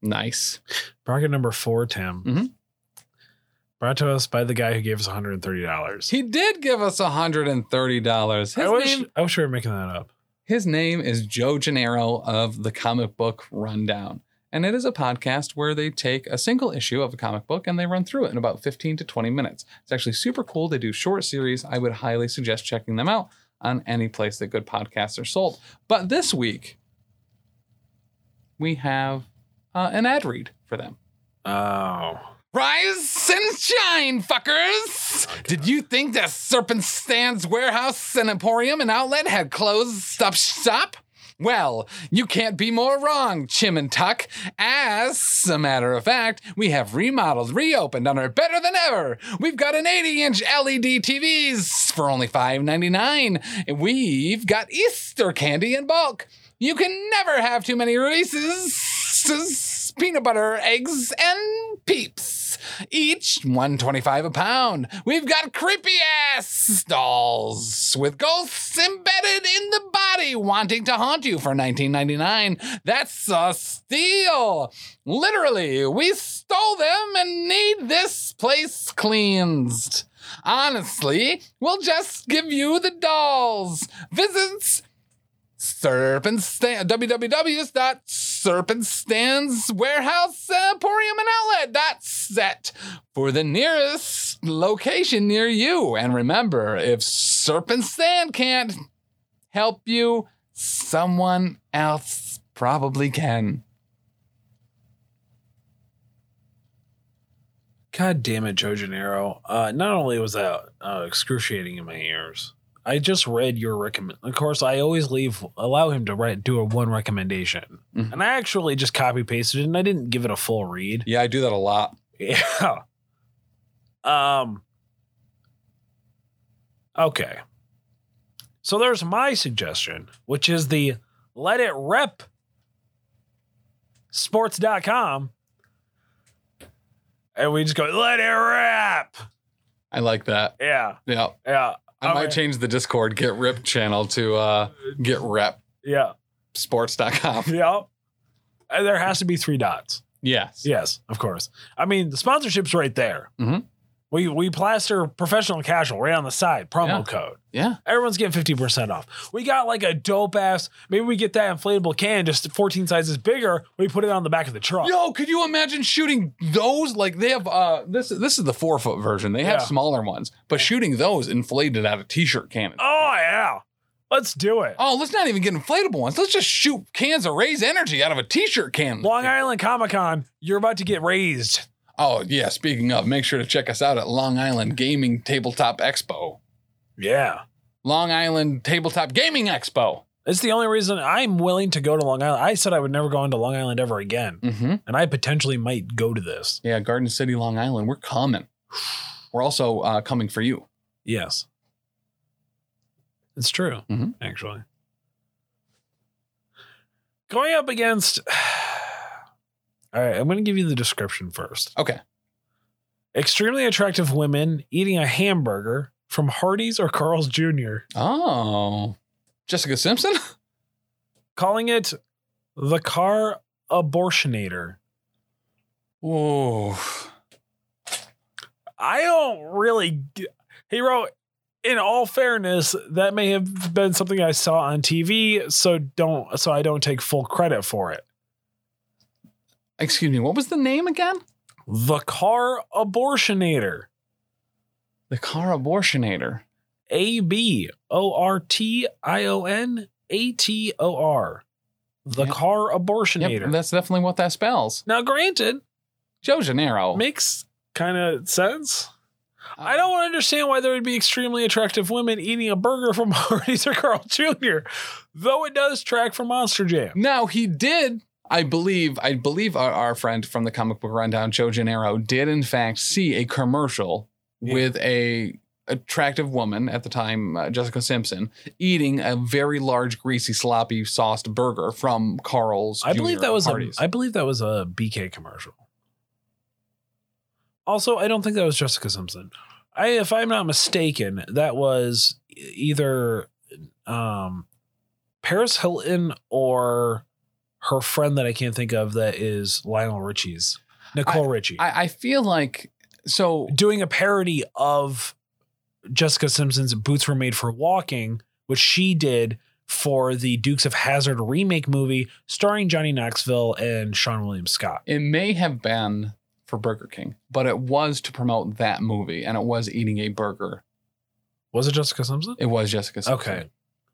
Speaker 3: Nice.
Speaker 2: Bracket number four, Tim.
Speaker 3: Mhm.
Speaker 2: Brought to us by the guy who gave us $130.
Speaker 3: He did give us $130. His,
Speaker 2: I wish,
Speaker 3: name,
Speaker 2: I wish we were making that up.
Speaker 3: his name is Joe Gennaro of the Comic Book Rundown. And it is a podcast where they take a single issue of a comic book and they run through it in about 15 to 20 minutes. It's actually super cool. They do short series. I would highly suggest checking them out on any place that good podcasts are sold. But this week, we have uh, an ad read for them.
Speaker 2: Oh.
Speaker 3: Rise and shine, fuckers! Did you think that Serpent Stands warehouse and emporium and outlet had closed stop shop? Well, you can't be more wrong, Chim and Tuck. As a matter of fact, we have remodeled, reopened, and are better than ever. We've got an E 80-inch LED TVs for only $5.99. And we've got Easter candy in bulk. You can never have too many releases. Peanut butter, eggs, and peeps. Each 125 a pound. We've got creepy ass dolls with ghosts embedded in the body wanting to haunt you for 19.99. That's a steal. Literally, we stole them and need this place cleansed. Honestly, we'll just give you the dolls. Visits Serpent Stand www.serpentstandswarehouseemporiumandoutlet.set for the nearest location near you. And remember, if Serpent Stand can't help you, someone else probably can.
Speaker 2: God damn it, Joe Gennaro. Uh, not only was that uh, excruciating in my ears, I just read your recommend. Of course, I always leave allow him to write do a one recommendation,
Speaker 3: Mhm.
Speaker 2: and I actually just copy pasted it, and I didn't give it a full read.
Speaker 3: Yeah, I do that a lot.
Speaker 2: Yeah. Um, Okay. So there's my suggestion, which is the let it rep sports.com. And we just go, let it rep.
Speaker 3: I like that.
Speaker 2: Yeah.
Speaker 3: Yeah.
Speaker 2: Yeah.
Speaker 3: I
Speaker 2: All
Speaker 3: might
Speaker 2: right.
Speaker 3: change the Discord get rip channel to uh get rep
Speaker 2: Yeah.
Speaker 3: sports.com.
Speaker 2: Yeah. And there has to be three dots.
Speaker 3: Yes.
Speaker 2: Yes, of course. I mean, the sponsorship's right there.
Speaker 3: Mhm.
Speaker 2: We we plaster professional and casual right on the side, promo
Speaker 3: Yeah.
Speaker 2: code.
Speaker 3: Yeah.
Speaker 2: Everyone's getting 50% off. We got like a dope ass, maybe we get that inflatable can just 14 sizes bigger. We put it on the back of the truck.
Speaker 3: Yo, could you imagine shooting those? Like they have uh this this is the four foot version. They have
Speaker 2: Yeah.
Speaker 3: smaller ones, but shooting those inflated out of t-shirt cannon.
Speaker 2: Oh, yeah. Let's do it.
Speaker 3: Oh, let's not even get inflatable ones. Let's just shoot cans of raise energy out of a t-shirt cannon.
Speaker 2: Long Island Comic Con, you're about to get raised.
Speaker 3: Oh yeah, speaking of, make sure to check us out at Long Island Gaming Tabletop Expo.
Speaker 2: Yeah.
Speaker 3: Long Island Tabletop Gaming Expo.
Speaker 2: It's the only reason I'm willing to go to Long Island. I said I would never go into Long Island ever again,
Speaker 3: Mm-hmm.
Speaker 2: and I potentially might go to this.
Speaker 3: Yeah, Garden City, Long Island. We're coming. We're also uh, coming for you.
Speaker 2: Yes. It's true,
Speaker 3: Mhm.
Speaker 2: actually. Going up against. All right, I'm going to give you the description first.
Speaker 3: Okay.
Speaker 2: Extremely attractive women eating a hamburger from Hardee's or Carl's Jr.,
Speaker 3: Oh, Jessica Simpson.
Speaker 2: calling it the car abortionator.
Speaker 3: Whoa.
Speaker 2: I don't really. g- He wrote, in all fairness, that may have been something I saw on TV, so don't, so I don't take full credit for it.
Speaker 3: Excuse me. What was the name again?
Speaker 2: The car abortionator,
Speaker 3: The car abortionator.
Speaker 2: A B O R T I O N A T O R, the
Speaker 3: Yep.
Speaker 2: car abortionator.
Speaker 3: Yep, that's definitely what that spells.
Speaker 2: now, granted,
Speaker 3: Joe Gennaro.
Speaker 2: makes kind of sense.
Speaker 3: Uh-huh.
Speaker 2: I don't understand why there would be extremely attractive women eating a burger from Hardee's or Carl Jr., though it does track for Monster Jam.
Speaker 3: Now he did. I believe. I believe our, our friend from the comic book rundown, Joe Gennaro, did in fact see a commercial
Speaker 2: Yeah.
Speaker 3: with a attractive woman at the time, uh, Jessica Simpson, eating a very large, greasy, sloppy sauced burger from Carl's.
Speaker 2: I believe
Speaker 3: Jr.
Speaker 2: that was a,
Speaker 3: Hardee's.
Speaker 2: I believe that was a BK commercial. Also, I don't think that was Jessica Simpson. I, if I'm not mistaken, that was e- either um, Paris Hilton or her friend that I can't think of that is Lionel Richie's Nicole Richie.
Speaker 3: I, I feel like so.
Speaker 2: doing a parody of Jessica Simpson's Boots Were Made for Walking, which she did for the Dukes of Hazard remake movie starring Johnny Knoxville and Sean William Scott.
Speaker 3: It may have been for Burger King, but it was to promote that movie, and it was eating a burger.
Speaker 2: Was it Jessica Simpson?
Speaker 3: It was Jessica Simpson.
Speaker 2: Okay.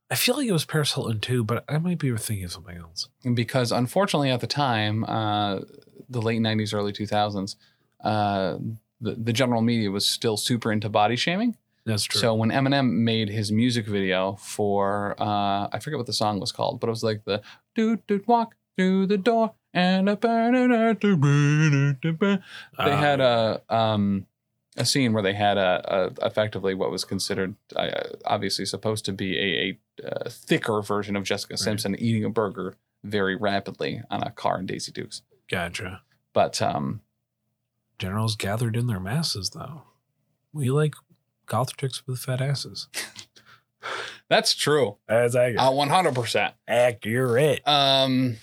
Speaker 2: I feel like it was Paris Hilton too, but I might be thinking of something else.
Speaker 3: because unfortunately at the time uh, the late 90s early 2000s uh, the, the general media was still super into body shaming
Speaker 2: That's true.
Speaker 3: so when eminem made his music video for uh, i forget what the song was called but it was like the dude dude walk through the door and a they
Speaker 2: Uh,
Speaker 3: had a um a scene where they had a, a effectively what was considered uh, obviously supposed to be a, a, uh thicker version of Jessica
Speaker 2: Right.
Speaker 3: Simpson eating a burger very rapidly on a car in Daisy Dukes.
Speaker 2: gotcha.
Speaker 3: But um,
Speaker 2: Generals gathered in their masses, though. We like goth chicks with fat asses.
Speaker 3: that's true.
Speaker 2: That's accurate.
Speaker 3: Uh, 100%.
Speaker 2: accurate.
Speaker 3: Um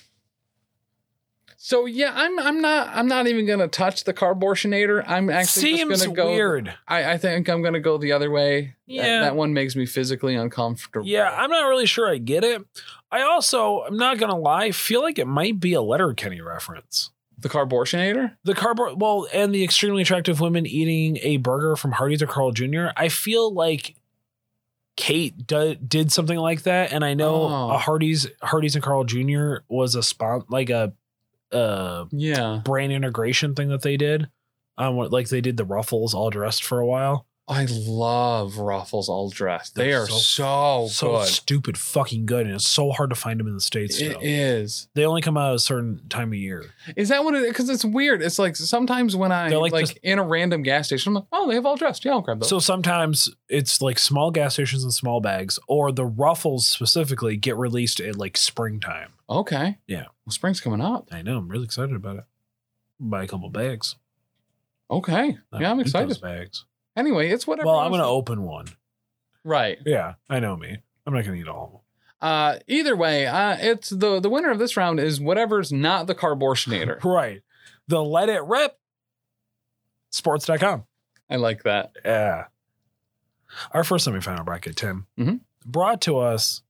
Speaker 3: so yeah, I'm I'm not I'm not even gonna touch the carbortionator. I'm actually just
Speaker 2: Seems
Speaker 3: gonna go.
Speaker 2: weird.
Speaker 3: I, I think I'm gonna go the other way. That-
Speaker 2: Yeah.
Speaker 3: that, one makes me physically uncomfortable.
Speaker 2: Yeah, I'm not really sure I get it. I also, I'm not gonna lie, feel like it might be a Letterkenny reference.
Speaker 3: the carbortionator.
Speaker 2: The cardboard, well, and the extremely attractive women eating a burger from Hardee's or Carl Jr. I feel like Kate do, did something like that, and I know
Speaker 3: Oh.
Speaker 2: a Hardee's Hardee's and Carl Jr. was a spot like a uh
Speaker 3: Yeah.
Speaker 2: brain integration thing that they did. Um, what- like they did the Ruffles all dressed for a while.
Speaker 3: I love Ruffles all dressed. They're
Speaker 2: They're
Speaker 3: so,
Speaker 2: so
Speaker 3: good.
Speaker 2: stupid fucking good, and it's so hard to find them in the states.
Speaker 3: It
Speaker 2: still.
Speaker 3: is.
Speaker 2: they only come out at a certain time of year.
Speaker 3: Is that what it? Because it's weird. It's like sometimes when I
Speaker 2: They're
Speaker 3: like,
Speaker 2: like just-
Speaker 3: in a random gas station, I'm like, oh, they have all dressed. Yeah, I'll grab those.
Speaker 2: So sometimes it's like small gas stations and small bags, or the ruffles specifically get released at like springtime.
Speaker 3: okay.
Speaker 2: Yeah.
Speaker 3: Well, spring's coming up.
Speaker 2: I know. I'm really excited about it. Buy a couple bags.
Speaker 3: Okay.
Speaker 2: I
Speaker 3: yeah, I'm
Speaker 2: need
Speaker 3: excited.
Speaker 2: Those bags.
Speaker 3: Anyway, it's whatever.
Speaker 2: Uh, Well, I'm gonna open one.
Speaker 3: Right.
Speaker 2: Yeah, I know me. I'm not gonna eat all of them.
Speaker 3: Uh, either way, uh, it's the the winner of this round is whatever's not the carbortionator.
Speaker 2: Right. The Let It Rip sports.com.
Speaker 3: I like that.
Speaker 2: Yeah. Our first semifinal bracket, Tim,
Speaker 3: Mhm.
Speaker 2: brought to us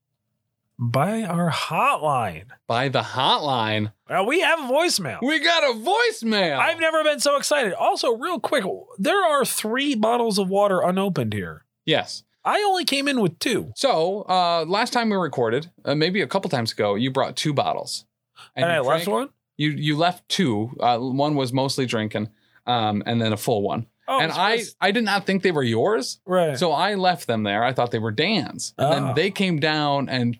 Speaker 2: by our hotline.
Speaker 3: By the hotline,
Speaker 2: Now, we have a voicemail.
Speaker 3: we got a voicemail.
Speaker 2: I've never been so excited. Also, real quick, there are three bottles of water unopened here.
Speaker 3: yes.
Speaker 2: I only came in with two.
Speaker 3: So uh, last time we recorded, uh, maybe a couple times ago, you brought two bottles,
Speaker 2: And,
Speaker 3: you
Speaker 2: I
Speaker 3: drank-
Speaker 2: left one?
Speaker 3: You you left two. Uh, one was mostly drinking, um, and then a full one.
Speaker 2: Oh,
Speaker 3: and
Speaker 2: it's
Speaker 3: I
Speaker 2: nice.
Speaker 3: I did not think they were yours,
Speaker 2: Right.
Speaker 3: so I left them there. I thought they were Dan's, and
Speaker 2: Ah.
Speaker 3: then they came down and.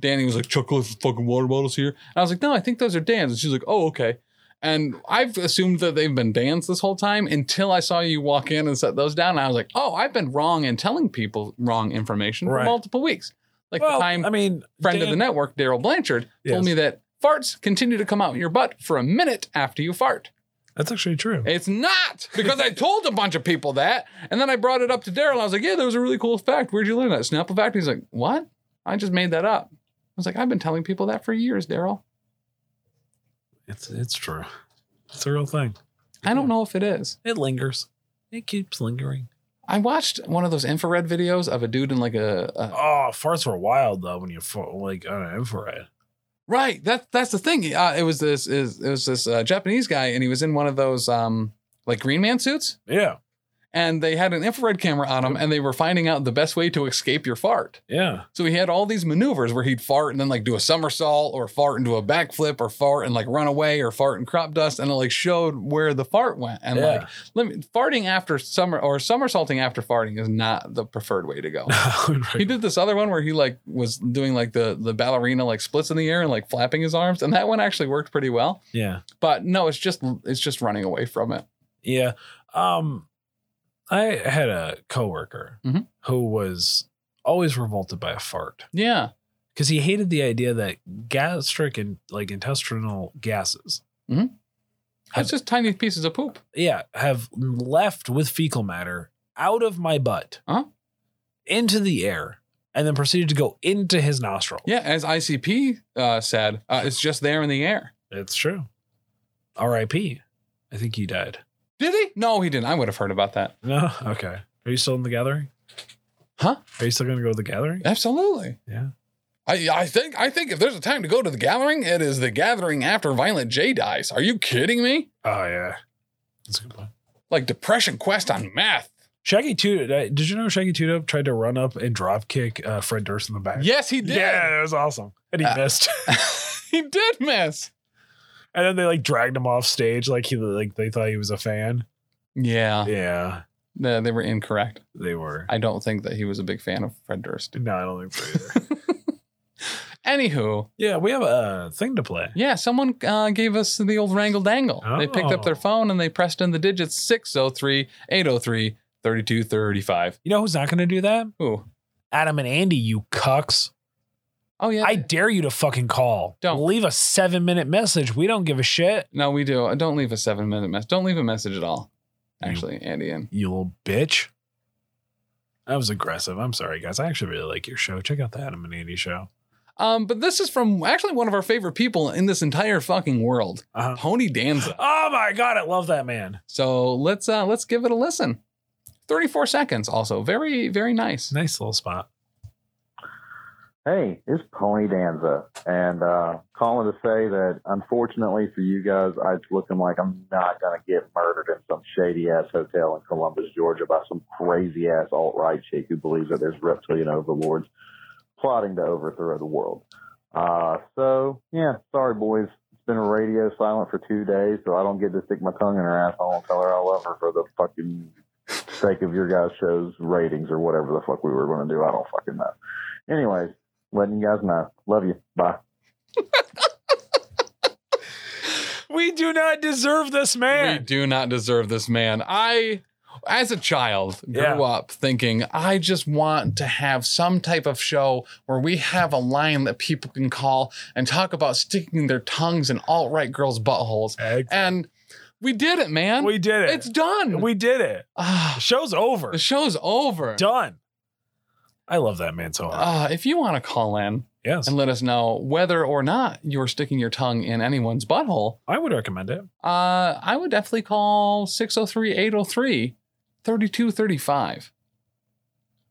Speaker 3: Danny was like, Chuck, those fucking water bottles here. And I was like, no, I think those are Dan's. And she's like, oh, okay. And I've assumed that they've been Dan's this whole time until I saw you walk in and set those down. And I was like, oh, I've been wrong and telling people wrong information for
Speaker 2: Right.
Speaker 3: multiple weeks. Like
Speaker 2: well,
Speaker 3: the time
Speaker 2: I mean,
Speaker 3: friend of the
Speaker 2: Dan-
Speaker 3: network, Daryl Blanchard,
Speaker 2: Yes.
Speaker 3: told me that farts continue to come out your butt for a minute after you fart.
Speaker 2: That's actually true.
Speaker 3: It's not because I told a bunch of people that, and then I brought it up to Daryl. and I was like, "Yeah, that was a really cool fact. Where'd you learn that? Snapple fact?" He's like, "What? I just made that up." I was like, "I've been telling people that for years, Daryl.
Speaker 2: It's it's true. It's a real thing.
Speaker 3: I don't know if it is."
Speaker 2: It lingers. It keeps lingering.
Speaker 3: I watched one of those infrared videos of a dude in like a, a
Speaker 2: Oh, farts were wild though when you fo- like on an infrared.
Speaker 3: Right. That that's the thing. Uh, it was this is it was this uh, Japanese guy, and he was in one of those um like Green Man suits,
Speaker 2: Yeah,
Speaker 3: and they had an infrared camera on him, and they were finding out the best way to escape your fart.
Speaker 2: yeah.
Speaker 3: So he had all these maneuvers where he'd fart and then like do a somersault, or fart and do a backflip, or fart and like run away, or fart and crop dust, and it like showed where the fart went. And
Speaker 2: Yeah.
Speaker 3: like let me, farting after summer or somersaulting after farting is not the preferred way to go. He did this other one where he like was doing like the the ballerina like splits in the air and like flapping his arms, and that one actually worked pretty well.
Speaker 2: yeah,
Speaker 3: But no, it's just it's just running away from it.
Speaker 2: yeah. Um, I had a coworker
Speaker 3: Mhm.
Speaker 2: who was always revolted by a fart
Speaker 3: Yeah.
Speaker 2: because he hated the idea that gastric and like intestinal gases,
Speaker 3: It's just tiny pieces of poop.
Speaker 2: yeah, have left with fecal matter out of my butt
Speaker 3: Huh?
Speaker 2: into the air and then proceeded to go into his nostril.
Speaker 3: Yeah, as ICP uh, said, uh, it's just there in the air.
Speaker 2: it's true. R.I.P. I think he died.
Speaker 3: Did he? No, he didn't. I would have heard about that.
Speaker 2: No. Okay. Are you still in the gathering?
Speaker 3: Huh?
Speaker 2: Are you still going to go to the gathering?
Speaker 3: Absolutely.
Speaker 2: Yeah.
Speaker 3: I, I think I think if there's a time to go to the gathering, it is the gathering after Violent J dies. Are you kidding me?
Speaker 2: Oh yeah. That's a good point.
Speaker 3: Like depression quest on math.
Speaker 2: Shaggy Tudo. uh, Did you know Shaggy Tudo tried to run up and drop kick uh, Fred Durst in the back?
Speaker 3: Yes, he did.
Speaker 2: Yeah, that was awesome. And he
Speaker 3: Uh,
Speaker 2: missed.
Speaker 3: he did miss.
Speaker 2: And then they like dragged him off stage, like he like they thought he was a fan.
Speaker 3: Yeah.
Speaker 2: Yeah,
Speaker 3: No, they were incorrect.
Speaker 2: they were.
Speaker 3: Uh-huh. I don't think that he was a big fan of Fred Durst.
Speaker 2: no, I don't think so either.
Speaker 3: Anywho,
Speaker 2: yeah, we have a thing to play.
Speaker 3: yeah, someone uh, gave us the old wrangle dangle. They picked up their
Speaker 2: Oh.
Speaker 3: phone and they pressed in the digits 603 803 3235.
Speaker 2: You know who's not going to do that?
Speaker 3: Ooh.
Speaker 2: Adam and Andy, you cucks.
Speaker 3: Oh, yeah.
Speaker 2: I dare you to fucking call.
Speaker 3: Don't.
Speaker 2: leave a seven minute message. We don't give a shit.
Speaker 3: no, we do. Uh, Don't leave a seven minute message. Don't leave a message at all, actually, Andy. And
Speaker 2: you little bitch. That was aggressive. I'm sorry, guys. I actually really like your show. Check out the Adam and Andy show.
Speaker 3: Um, but this is from actually one of our favorite people in this entire fucking world,
Speaker 2: Uh-huh.
Speaker 3: Tony Danza.
Speaker 2: Oh my god, I love that man.
Speaker 3: So let's uh let's give it a listen. 34 seconds also. Very, very nice.
Speaker 2: Nice little spot.
Speaker 4: Hey, it's Pony Danza, and uh, calling to say that unfortunately for you guys, I- it's looking like I'm not going to get murdered in some shady ass hotel in Columbus, Georgia, by some crazy ass alt right chick who believes that there's reptilian overlords plotting to overthrow the world. Uh, so yeah, sorry boys, it's been radio silent for two days, so I don't get to stick my tongue in her asshole and tell her I love her for the fucking sake of your guys' shows ratings or whatever the fuck we were going to do. I don't fucking know. Anyways, letting you guys know. Love you. Bye.
Speaker 2: We do not deserve this
Speaker 3: We
Speaker 2: man.
Speaker 3: do not deserve this man. I, as a child, grew
Speaker 2: Yeah.
Speaker 3: up thinking I just want to have some type of show where we have a line that people can call and talk about sticking their tongues in alt right girls' buttholes. And we did it, man.
Speaker 2: we did it.
Speaker 3: it's done.
Speaker 2: we did it.
Speaker 3: Ah,
Speaker 2: Show's over.
Speaker 3: the show's over.
Speaker 2: Done. I love that man so much.
Speaker 3: Ah, if you want to call in
Speaker 2: Yes.
Speaker 3: and let us know whether or not you're sticking your tongue in anyone's butthole,
Speaker 2: I would recommend it.
Speaker 3: Uh, I would definitely call 603 803 3235.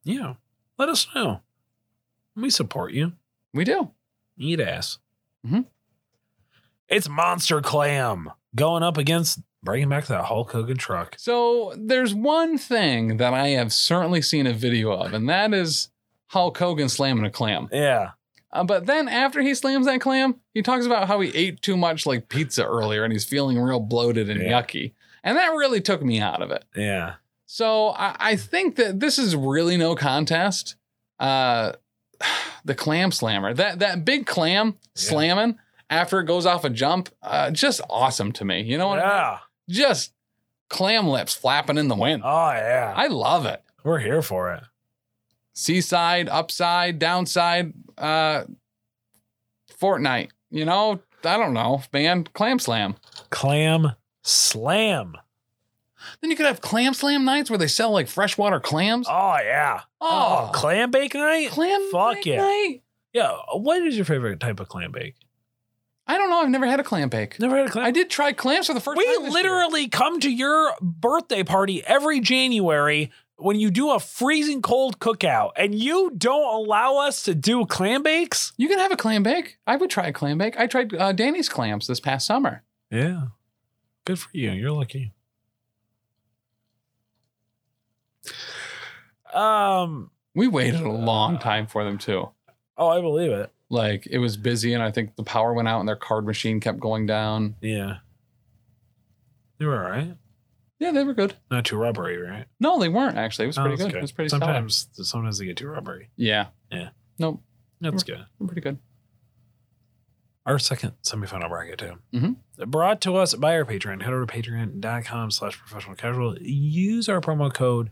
Speaker 2: Yeah. Let us know. We support you.
Speaker 3: We do.
Speaker 2: Eat ass.
Speaker 3: Mhm.
Speaker 2: It's Monster Clam going up against bringing back that Hulk Hogan truck.
Speaker 3: So there's one thing that I have certainly seen a video of, and that is Hulk Hogan slamming a clam.
Speaker 2: Yeah.
Speaker 3: Uh, but then after he slams that clam, he talks about how he ate too much like pizza earlier and he's feeling real bloated and
Speaker 2: Yeah.
Speaker 3: yucky. And that really took me out of it.
Speaker 2: Yeah.
Speaker 3: So I, I think that this is really no contest. Uh, the clam slammer, that that big clam slamming after it goes off a jump, uh, just awesome to me. You know what? I mean?
Speaker 2: Yeah.
Speaker 3: Just clam lips flapping in the wind.
Speaker 2: Oh yeah.
Speaker 3: I love it.
Speaker 2: We're here for it.
Speaker 3: Seaside, upside, downside, uh, Fortnite. You know, I don't know, man. Clam slam.
Speaker 2: Clam slam.
Speaker 3: Then you could have clam slam nights where they sell like freshwater clams.
Speaker 2: Oh yeah. Oh,
Speaker 3: clam,
Speaker 2: clam bake night?
Speaker 3: clam
Speaker 2: fuck
Speaker 3: bake
Speaker 2: yeah.
Speaker 3: night?
Speaker 2: Yeah. What is your favorite type of clam bake?
Speaker 3: I don't know. I've never had a clam bake.
Speaker 2: Never had a
Speaker 3: I
Speaker 2: clam.
Speaker 3: did try clams for the first
Speaker 2: We
Speaker 3: time. this
Speaker 2: literally come to your birthday party every January when you do a freezing cold cookout and you don't allow us to do clam bakes?
Speaker 3: year. You can have a clam bake. I would try a clam bake. I tried uh, Danny's clams this past summer.
Speaker 2: Yeah. Good for you. You're lucky. Um
Speaker 3: We waited a long time for them too.
Speaker 2: oh, I believe it.
Speaker 3: Like it was busy, and I think the power went out, and their card machine kept going down.
Speaker 2: Yeah. They were all right.
Speaker 3: Yeah, they were good.
Speaker 2: Not too rubbery, right?
Speaker 3: No, they weren't actually. It was
Speaker 2: Oh,
Speaker 3: pretty
Speaker 2: that's
Speaker 3: good. It was pretty solid.
Speaker 2: sometimes sometimes they get too rubbery.
Speaker 3: Yeah.
Speaker 2: Yeah.
Speaker 3: Nope.
Speaker 2: That's good.
Speaker 3: We're pretty good.
Speaker 2: Our second semifinal bracket too.
Speaker 3: Mhm.
Speaker 2: Brought to us by our Patreon. Head over to patreon.com slash professional casual. Use our promo code.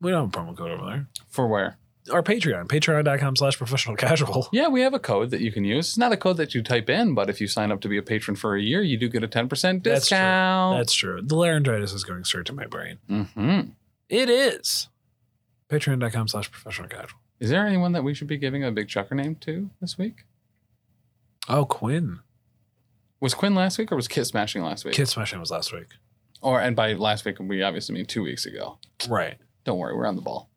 Speaker 2: We don't have a promo code over there.
Speaker 3: For where?
Speaker 2: Our Patreon, patreon.com slash professional casual.
Speaker 3: Yeah, we have a code that you can use. It's not a code that you type in, but if you sign up to be a patron for a year, you do get a ten percent
Speaker 2: That's true.
Speaker 3: discount.
Speaker 2: That's true. The laryngitis is going straight to my brain.
Speaker 3: mm-hmm.
Speaker 2: It is. Patreon.com slash professional casual.
Speaker 3: Is there anyone that we should be giving a big chucker name to this week?
Speaker 2: Oh, Quinn.
Speaker 3: Was Quinn last week or was Kit smashing last week?
Speaker 2: Kid Smashing was last week.
Speaker 3: Or and by last week we obviously mean two weeks ago.
Speaker 2: Right.
Speaker 3: Don't worry, we're on the ball.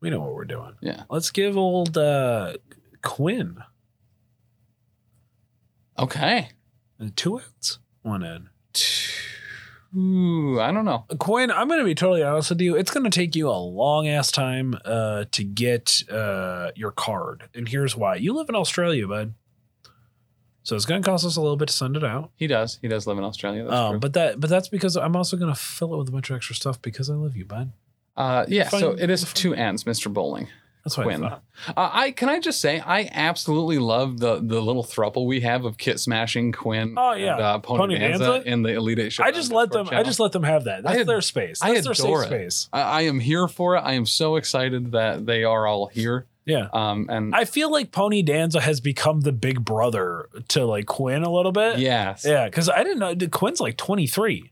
Speaker 2: We know what we're doing.
Speaker 3: Yeah.
Speaker 2: Let's give old uh, Quinn
Speaker 3: Okay.
Speaker 2: two outs, one in.
Speaker 3: Ooh, I don't know.
Speaker 2: Quinn, I'm going to be totally honest with you. It's going to take you a long ass time uh, to get uh, your card. And here's why you live in Australia, bud. So it's going to cost us a little bit to send it out.
Speaker 3: He does. He does live in Australia. That's
Speaker 2: Um,
Speaker 3: true.
Speaker 2: but that, but that's because I'm also going to fill it with a bunch of extra stuff because I love you, bud.
Speaker 3: uh, yeah, so
Speaker 2: fine-
Speaker 3: it is
Speaker 2: fine.
Speaker 3: two ends, Mr. Bowling.
Speaker 2: That's why. I
Speaker 3: Quinn.
Speaker 2: thought.
Speaker 3: Uh, I can I just say I absolutely love the the little thruple we have of Kit smashing Quinn.
Speaker 2: Oh, yeah.
Speaker 3: and, uh, Pony,
Speaker 2: Pony
Speaker 3: Danza
Speaker 2: Danza?
Speaker 3: in the Elite Eight show.
Speaker 2: I just let them. I just let them have that. That's
Speaker 3: ad-
Speaker 2: their space.
Speaker 3: I
Speaker 2: That's their safe
Speaker 3: adore it.
Speaker 2: space.
Speaker 3: I, I am here for it. I am so excited that they are all here.
Speaker 2: Yeah.
Speaker 3: Um, and
Speaker 2: I feel like Pony Danza has become the big brother to like Quinn a little bit.
Speaker 3: yes,
Speaker 2: uh, Yeah, because I didn't know dude, Quinn's like 23.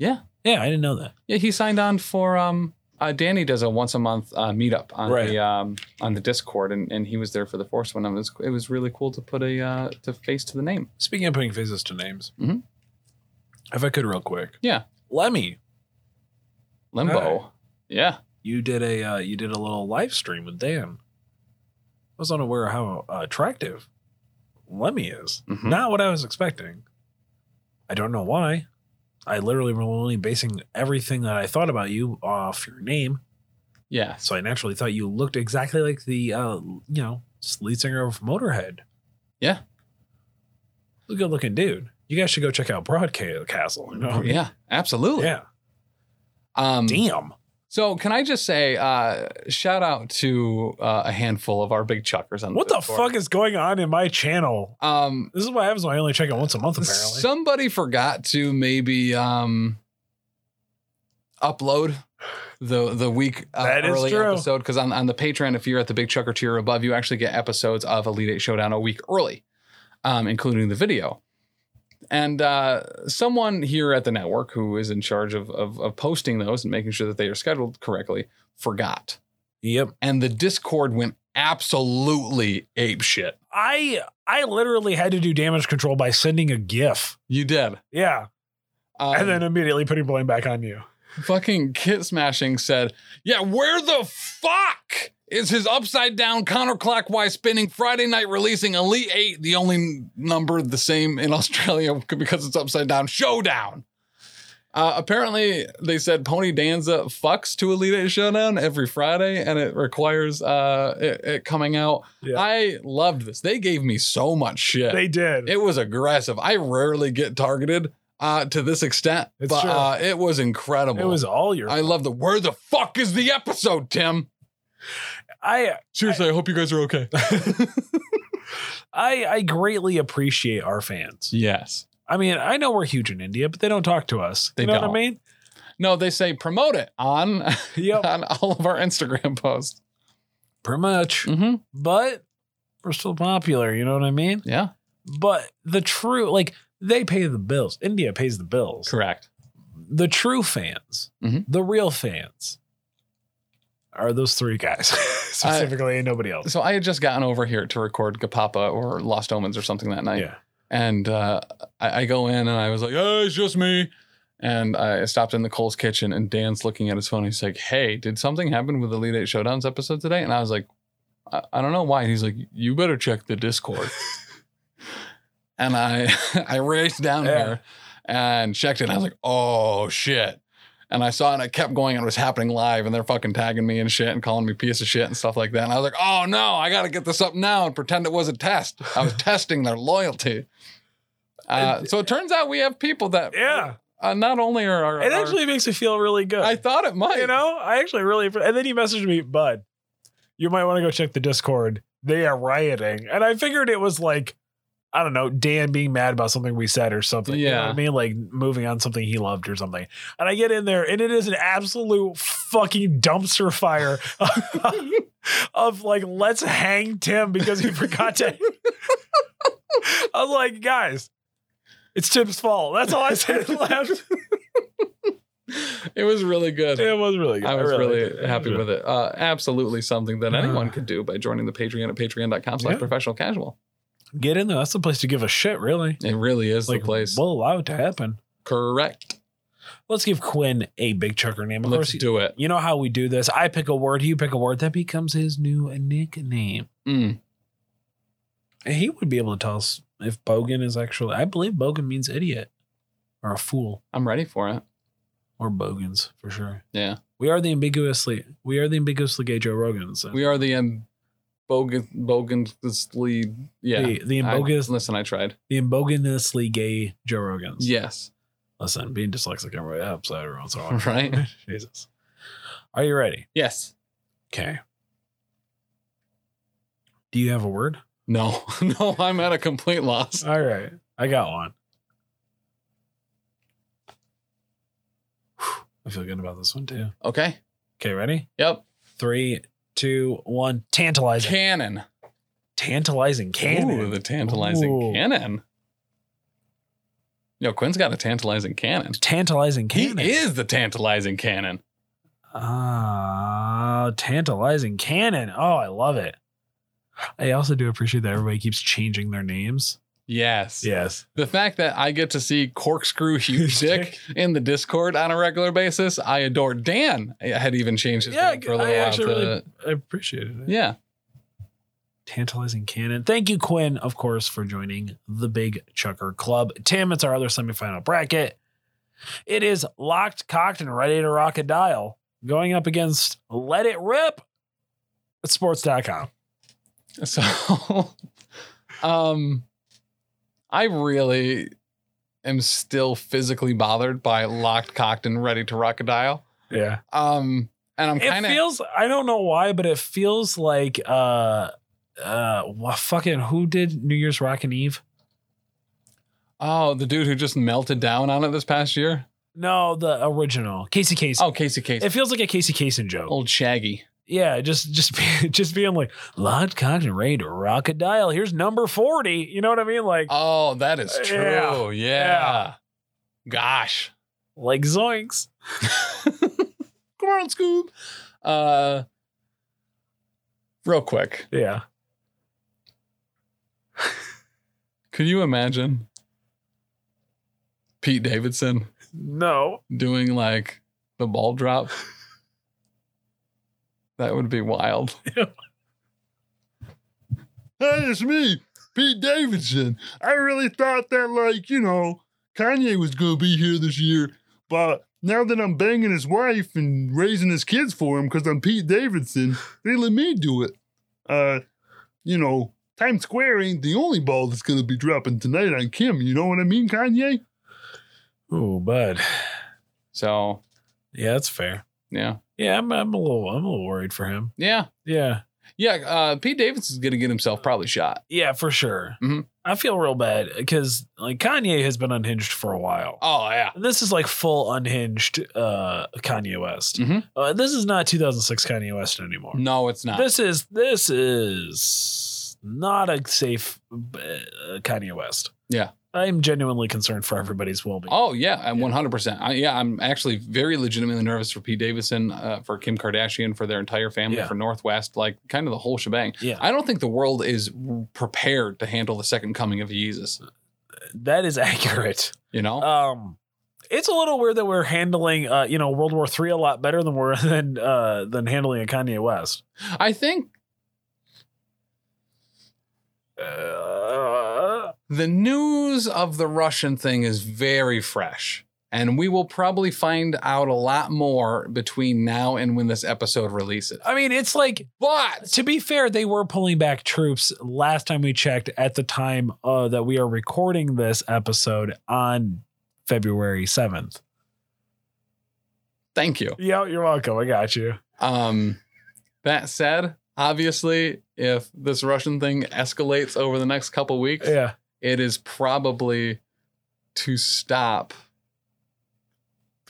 Speaker 3: Yeah.
Speaker 2: Yeah, I didn't know that.
Speaker 3: Yeah, he signed on for um uh, Danny does a once a month uh, meetup on
Speaker 2: Right.
Speaker 3: the um on the Discord and, and he was there for the first one. And it was it was really cool to put a uh, to face to the name.
Speaker 2: Speaking of putting faces to names,
Speaker 3: Mhm.
Speaker 2: if I could, real quick.
Speaker 3: Yeah.
Speaker 2: Lemmy,
Speaker 3: Limbo.
Speaker 2: Alright.
Speaker 3: Yeah.
Speaker 2: you did a uh, you did a little live stream with Dan. I was unaware of how uh, attractive Lemmy is.
Speaker 3: Mhm.
Speaker 2: Not what I was expecting. I don't know why. I literally was only basing everything that I thought about you off your name.
Speaker 3: Yeah.
Speaker 2: So I naturally thought you looked exactly like the uh, you know lead singer of Motorhead.
Speaker 3: Yeah.
Speaker 2: He's a good looking dude. you guys should go check out Broadcastle. Castle. You know?
Speaker 3: Yeah, absolutely.
Speaker 2: Yeah.
Speaker 3: Um,
Speaker 2: Damn.
Speaker 3: so can I just say, uh, shout out to uh, a handful of our big chuckers on
Speaker 2: What the
Speaker 3: Discord.
Speaker 2: fuck is going on in my channel?
Speaker 3: Um,
Speaker 2: This is what happens when I only check it once a month, apparently.
Speaker 3: Somebody forgot to maybe um upload the the week uh,
Speaker 2: That is
Speaker 3: early
Speaker 2: true.
Speaker 3: episode because on, on the Patreon, if you're at the Big Chucker tier above, you actually get episodes of Elite Eight Showdown a week early, um, including the video. And uh, someone here at the network who is in charge of, of of posting those and making sure that they are scheduled correctly forgot,
Speaker 2: yep.
Speaker 3: and the Discord went absolutely ape shit.
Speaker 2: I I literally had to do damage control by sending a GIF.
Speaker 3: You did,
Speaker 2: Yeah.
Speaker 3: um,
Speaker 2: and then immediately putting blame back on you.
Speaker 3: fucking kit smashing said, Yeah, where the fuck is his upside down counterclockwise spinning Friday night releasing Elite Eight, the only number the same in Australia because it's upside down showdown? Uh, apparently, they said Pony Danza fucks to Elite Eight Showdown every Friday, and it requires uh, it, it coming out.
Speaker 2: Yeah.
Speaker 3: I loved this. They gave me so much shit.
Speaker 2: They did.
Speaker 3: It was aggressive. I rarely get targeted uh, to this extent,
Speaker 2: It's
Speaker 3: but
Speaker 2: true.
Speaker 3: uh, it was incredible.
Speaker 2: It was all your
Speaker 3: I love the where the fuck is the episode, Tim?
Speaker 2: I
Speaker 3: Seriously, I, hope you guys are okay.
Speaker 2: I I greatly appreciate our fans.
Speaker 3: yes.
Speaker 2: I mean, I know we're huge in India, but they don't talk to us.
Speaker 3: They
Speaker 2: you know
Speaker 3: don't.
Speaker 2: what I mean?
Speaker 3: No, they say promote it on
Speaker 2: Yep.
Speaker 3: on all of our Instagram posts.
Speaker 2: Pretty much.
Speaker 3: Mm-hmm.
Speaker 2: But we're still popular, you know what I mean?
Speaker 3: Yeah,
Speaker 2: But the true like they pay the bills. India pays the bills.
Speaker 3: correct.
Speaker 2: The true fans,
Speaker 3: Mhm.
Speaker 2: the real fans are those three guys. Specifically and nobody else.
Speaker 3: So I had just gotten over here to record Kapapa or Lost Omens or something that night.
Speaker 2: yeah.
Speaker 3: And uh, I, I go in and I was like, hey, it's just me. And I stopped in the Cole's kitchen and Dan's looking at his phone. He's like, hey, did something happen with the Elite Eight Showdowns episode today? And I was like, I, I don't know why. And he's like, you better check the Discord. and I, I raced down
Speaker 2: Yeah.
Speaker 3: there and checked it. I was like, oh, shit. And I saw it and it kept going and it was happening live and they're fucking tagging me and shit and calling me piece of shit and stuff like that. And I was like, oh no, I got to get this up now and pretend it was a test. I was testing their loyalty. Uh, so it turns out we have people that
Speaker 2: Yeah.
Speaker 3: uh, not only are, are,
Speaker 2: It
Speaker 3: are-
Speaker 2: actually makes me feel really good.
Speaker 3: I thought it might.
Speaker 2: you know, I actually really. And then he messaged me, Bud, you might want to go check the Discord. They are rioting. And I figured it was like, I don't know, Dan being mad about something we said or something. You know what
Speaker 3: Yeah.
Speaker 2: I mean, like moving on something he loved or something. And I get in there and it is an absolute fucking dumpster fire of like, let's hang Tim because he forgot to. I was like, guys, it's Tim's fault. That's all I said and left.
Speaker 3: It was really good.
Speaker 2: It was really good.
Speaker 3: I was really,
Speaker 2: did.
Speaker 3: happy with it. Uh, absolutely something that
Speaker 2: Yeah.
Speaker 3: anyone could do by joining the Patreon at patreon.com
Speaker 2: Yeah.
Speaker 3: slash professional casual.
Speaker 2: get in there. That's the place to give a shit, really.
Speaker 3: It really is
Speaker 2: like,
Speaker 3: the place.
Speaker 2: we'll allow it to happen.
Speaker 3: correct.
Speaker 2: Let's give Quinn a big chucker name. Of
Speaker 3: Let's
Speaker 2: course,
Speaker 3: do it.
Speaker 2: you know how we do this. I pick a word, you pick a word. That becomes his new nickname.
Speaker 3: Mm.
Speaker 2: And he would be able to tell us if Bogan is actually. I believe Bogan means idiot or a fool
Speaker 3: I'm ready for it.
Speaker 2: or Bogans for sure.
Speaker 3: Yeah.
Speaker 2: We are the ambiguously. We are the ambiguously gay Joe Rogans.
Speaker 3: We are the um, bogus, bogusly. Yeah.
Speaker 2: The, the,
Speaker 3: I-
Speaker 2: ambogus,
Speaker 3: listen, I tried.
Speaker 2: the amboganously gay Joe Rogans.
Speaker 3: Yes.
Speaker 2: Listen, being dyslexic, I'm right upside every once in a while.
Speaker 3: Right.
Speaker 2: Jesus. Are you ready?
Speaker 3: Yes.
Speaker 2: Okay. Do you have a word?
Speaker 3: No. No, I'm at a complete loss.
Speaker 2: All right. I got one. Whew, I feel good about this one too.
Speaker 3: Okay.
Speaker 2: Okay, ready?
Speaker 3: Yep.
Speaker 2: Three, two, one. Tantalizing.
Speaker 3: Cannon.
Speaker 2: tantalizing cannon.
Speaker 3: Ooh, the tantalizing
Speaker 2: Ooh.
Speaker 3: cannon. Yo, Quinn's got a tantalizing cannon.
Speaker 2: Tantalizing cannon.
Speaker 3: He is the tantalizing cannon.
Speaker 2: Ah, tantalizing cannon. Oh, I love it. I also do appreciate that everybody keeps changing their names.
Speaker 3: Yes.
Speaker 2: Yes.
Speaker 3: The fact that I get to see Corkscrew Huge Dick in the Discord on a regular basis, I adore. Dan had even changed his
Speaker 2: Yeah,
Speaker 3: name for a little
Speaker 2: I
Speaker 3: while.
Speaker 2: actually
Speaker 3: to-
Speaker 2: really I appreciate it.
Speaker 3: yeah.
Speaker 2: tantalizing cannon. Thank you, Quinn, of course, for joining the Big Chucker Club. Tim, it's our other semifinal bracket. It is locked, cocked, and ready to rock a dial. Going up against Let It Rip at sports.com.
Speaker 3: So, um, I really am still physically bothered by locked, cocked, and ready to crocodile.
Speaker 2: Yeah.
Speaker 3: Um, and I'm
Speaker 2: It
Speaker 3: kind of
Speaker 2: feels I don't know why, but it feels like uh uh wha- fucking who did New Year's Rockin' Eve?
Speaker 3: oh, the dude who just melted down on it this past year.
Speaker 2: No, the original. Casey Kasem.
Speaker 3: Oh, Casey Casey,
Speaker 2: It feels like a Casey Kasem joke.
Speaker 3: old Shaggy.
Speaker 2: Yeah, just just be- just being like lot cocked and ready to rock a dial. Here's number forty. You know what I mean? Like
Speaker 3: Oh, that is
Speaker 2: Uh, Yeah.
Speaker 3: true. Yeah.
Speaker 2: Yeah.
Speaker 3: Gosh.
Speaker 2: like zoinks.
Speaker 3: Come on, Scoob. Uh, real quick,
Speaker 2: Yeah.
Speaker 3: can you imagine Pete Davidson
Speaker 2: No.
Speaker 3: doing like the ball drop? that would be wild.
Speaker 2: Yeah.
Speaker 3: hey, it's me, Pete Davidson. I really thought that, like, you know, Kanye was going to be here this year,
Speaker 5: But now that I'm banging his wife and raising his kids for him because I'm Pete Davidson, they let me do it. Uh, you know, Times Square ain't the only ball that's gonna be dropping tonight on Kim. You know what I mean, Kanye?
Speaker 2: Ooh, bud.
Speaker 3: So,
Speaker 2: Yeah, that's fair.
Speaker 3: yeah.
Speaker 2: Yeah, I'm, I'm a little I'm a little worried for him.
Speaker 3: Yeah.
Speaker 2: Yeah.
Speaker 3: Yeah. Uh, Pete Davidson's going to get himself probably shot.
Speaker 2: Yeah, for sure.
Speaker 3: Mhm.
Speaker 2: I feel real bad because like Kanye has been unhinged for a while.
Speaker 3: Oh, yeah.
Speaker 2: This is like full unhinged uh Kanye West.
Speaker 3: Mhm.
Speaker 2: Uh, this is not 2006 Kanye West anymore.
Speaker 3: No, it's not.
Speaker 2: This is this is not a safe uh, Kanye West.
Speaker 3: Yeah.
Speaker 2: I'm genuinely concerned for everybody's well-being.
Speaker 3: Oh yeah, I'm 100%. I, yeah, I'm actually very legitimately nervous for Pete Davidson, uh, for Kim Kardashian, for their entire family,
Speaker 2: Yeah.
Speaker 3: for Northwest, like kind of the whole shebang.
Speaker 2: Yeah.
Speaker 3: I don't think the world is prepared to handle the second coming of Jesus.
Speaker 2: That is accurate.
Speaker 3: You know,
Speaker 2: Um it's a little weird that we're handling uh you know World War 3 a lot better than we're than uh than handling a Kanye West.
Speaker 3: I think
Speaker 2: Uh,
Speaker 3: the news of the Russian thing is very fresh, and we will probably find out a lot more between now and when this episode releases.
Speaker 2: I mean, it's like
Speaker 3: But
Speaker 2: to be fair, they were pulling back troops last time we checked. At the time uh, that we are recording this episode on February seventh.
Speaker 3: thank you.
Speaker 2: Yeah, you're welcome. I got you.
Speaker 3: Um, that said, obviously, if this Russian thing escalates over the next couple weeks,
Speaker 2: Yeah,
Speaker 3: it is probably to stop.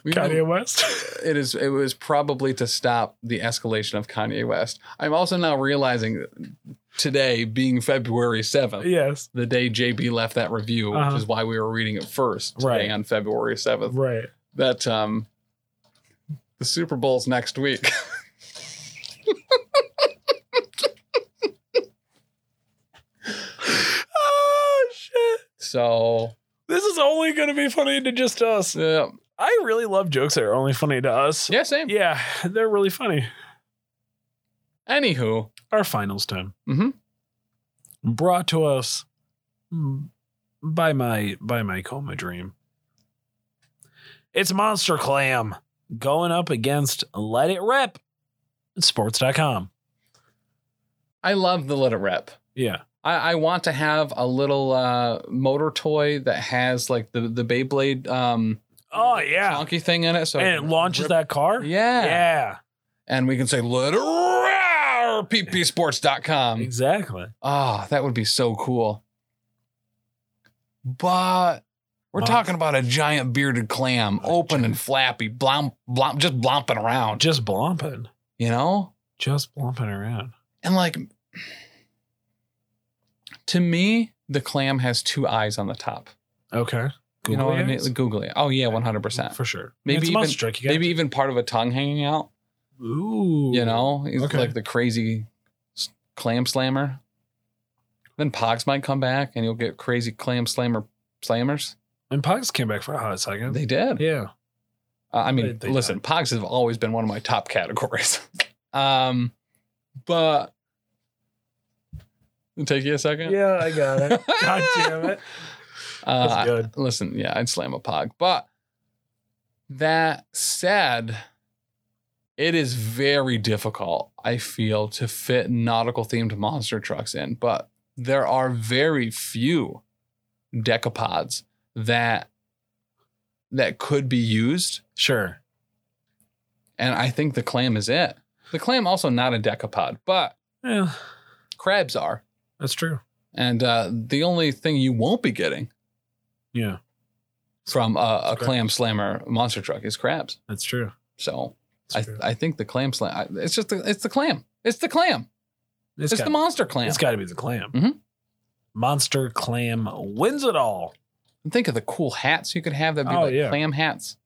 Speaker 3: We-
Speaker 2: Kanye West.
Speaker 3: It is. It was probably to stop the escalation of Kanye West. I'm also now realizing today, being February seventh,
Speaker 2: yes,
Speaker 3: the day JB left that review,
Speaker 2: Uh-huh.
Speaker 3: which is why we were reading it first today
Speaker 2: Right.
Speaker 3: on February seventh.
Speaker 2: right.
Speaker 3: That um, the Super Bowl's next week.
Speaker 2: Oh shit!
Speaker 3: so
Speaker 2: This is only going to be funny to just us.
Speaker 3: yeah,
Speaker 2: I really love jokes that are only funny to us.
Speaker 3: yeah, same.
Speaker 2: Yeah, they're really funny.
Speaker 3: Anywho,
Speaker 2: Our finals time.
Speaker 3: Mhm.
Speaker 2: Brought to us mm, by my by my coma dream. It's Monster Clam going up against Let It Rip. It's sports.com.
Speaker 3: I love the Let It Rip.
Speaker 2: Yeah.
Speaker 3: I, I want to have a little uh, motor toy that has like the the Beyblade um,
Speaker 2: Oh yeah.
Speaker 3: chonky thing in it, so I
Speaker 2: And it
Speaker 3: can
Speaker 2: launches
Speaker 3: rip-
Speaker 2: that car?
Speaker 3: Yeah.
Speaker 2: Yeah.
Speaker 3: and we can say Let It Rip ppsports.com.
Speaker 2: Exactly.
Speaker 3: Ah, that would be so cool. But we're
Speaker 2: Mon-
Speaker 3: talking about a giant bearded clam, open and flappy, blomp, blomp, just blomping around,
Speaker 2: Just blomping.
Speaker 3: you know.
Speaker 2: Just blomping around.
Speaker 3: And like to me, the clam has two eyes on the top.
Speaker 2: Okay.
Speaker 3: you know what I mean?
Speaker 2: eyes?
Speaker 3: Like googly. Oh yeah, one hundred percent.
Speaker 2: For sure.
Speaker 3: Maybe
Speaker 2: it's
Speaker 3: even-
Speaker 2: Monster Truck, you got-
Speaker 3: Maybe even part of a tongue hanging out.
Speaker 2: Ooh.
Speaker 3: You know, He's
Speaker 2: Okay.
Speaker 3: like the crazy s- clam slammer. Then Pogs might come back, and you'll get crazy clam slammer slammers.
Speaker 2: And Pogs came back for a hot second.
Speaker 3: They did.
Speaker 2: yeah.
Speaker 3: Uh, I mean,
Speaker 2: They- they
Speaker 3: listen, Pogs have always been one of my top categories. um, but It'll take you a second.
Speaker 2: Yeah, I got it. God damn it.
Speaker 3: Uh,
Speaker 2: That's good.
Speaker 3: listen, yeah, I'd slam a pog. But that said, it is very difficult, I feel, to fit nautical themed monster trucks in. But there are very few decapods that that could be used.
Speaker 2: Sure.
Speaker 3: And I think the clam is it. The clam also not a decapod, but
Speaker 2: Yeah,
Speaker 3: crabs are.
Speaker 2: that's true.
Speaker 3: And uh, the only thing you won't be getting
Speaker 2: Yeah,
Speaker 3: from a, a
Speaker 2: Correct.
Speaker 3: clam slammer monster truck is crabs.
Speaker 2: that's true.
Speaker 3: So I,
Speaker 2: That's true.
Speaker 3: I think the clam slam. I- It's just the, it's the clam. It's the clam. It's,
Speaker 2: got-
Speaker 3: the monster clam.
Speaker 2: It's got to be the clam.
Speaker 3: Mhm.
Speaker 2: Monster clam wins it all.
Speaker 3: Think of the cool hats you could have. That'd be
Speaker 2: Oh,
Speaker 3: like
Speaker 2: yeah.
Speaker 3: clam hats.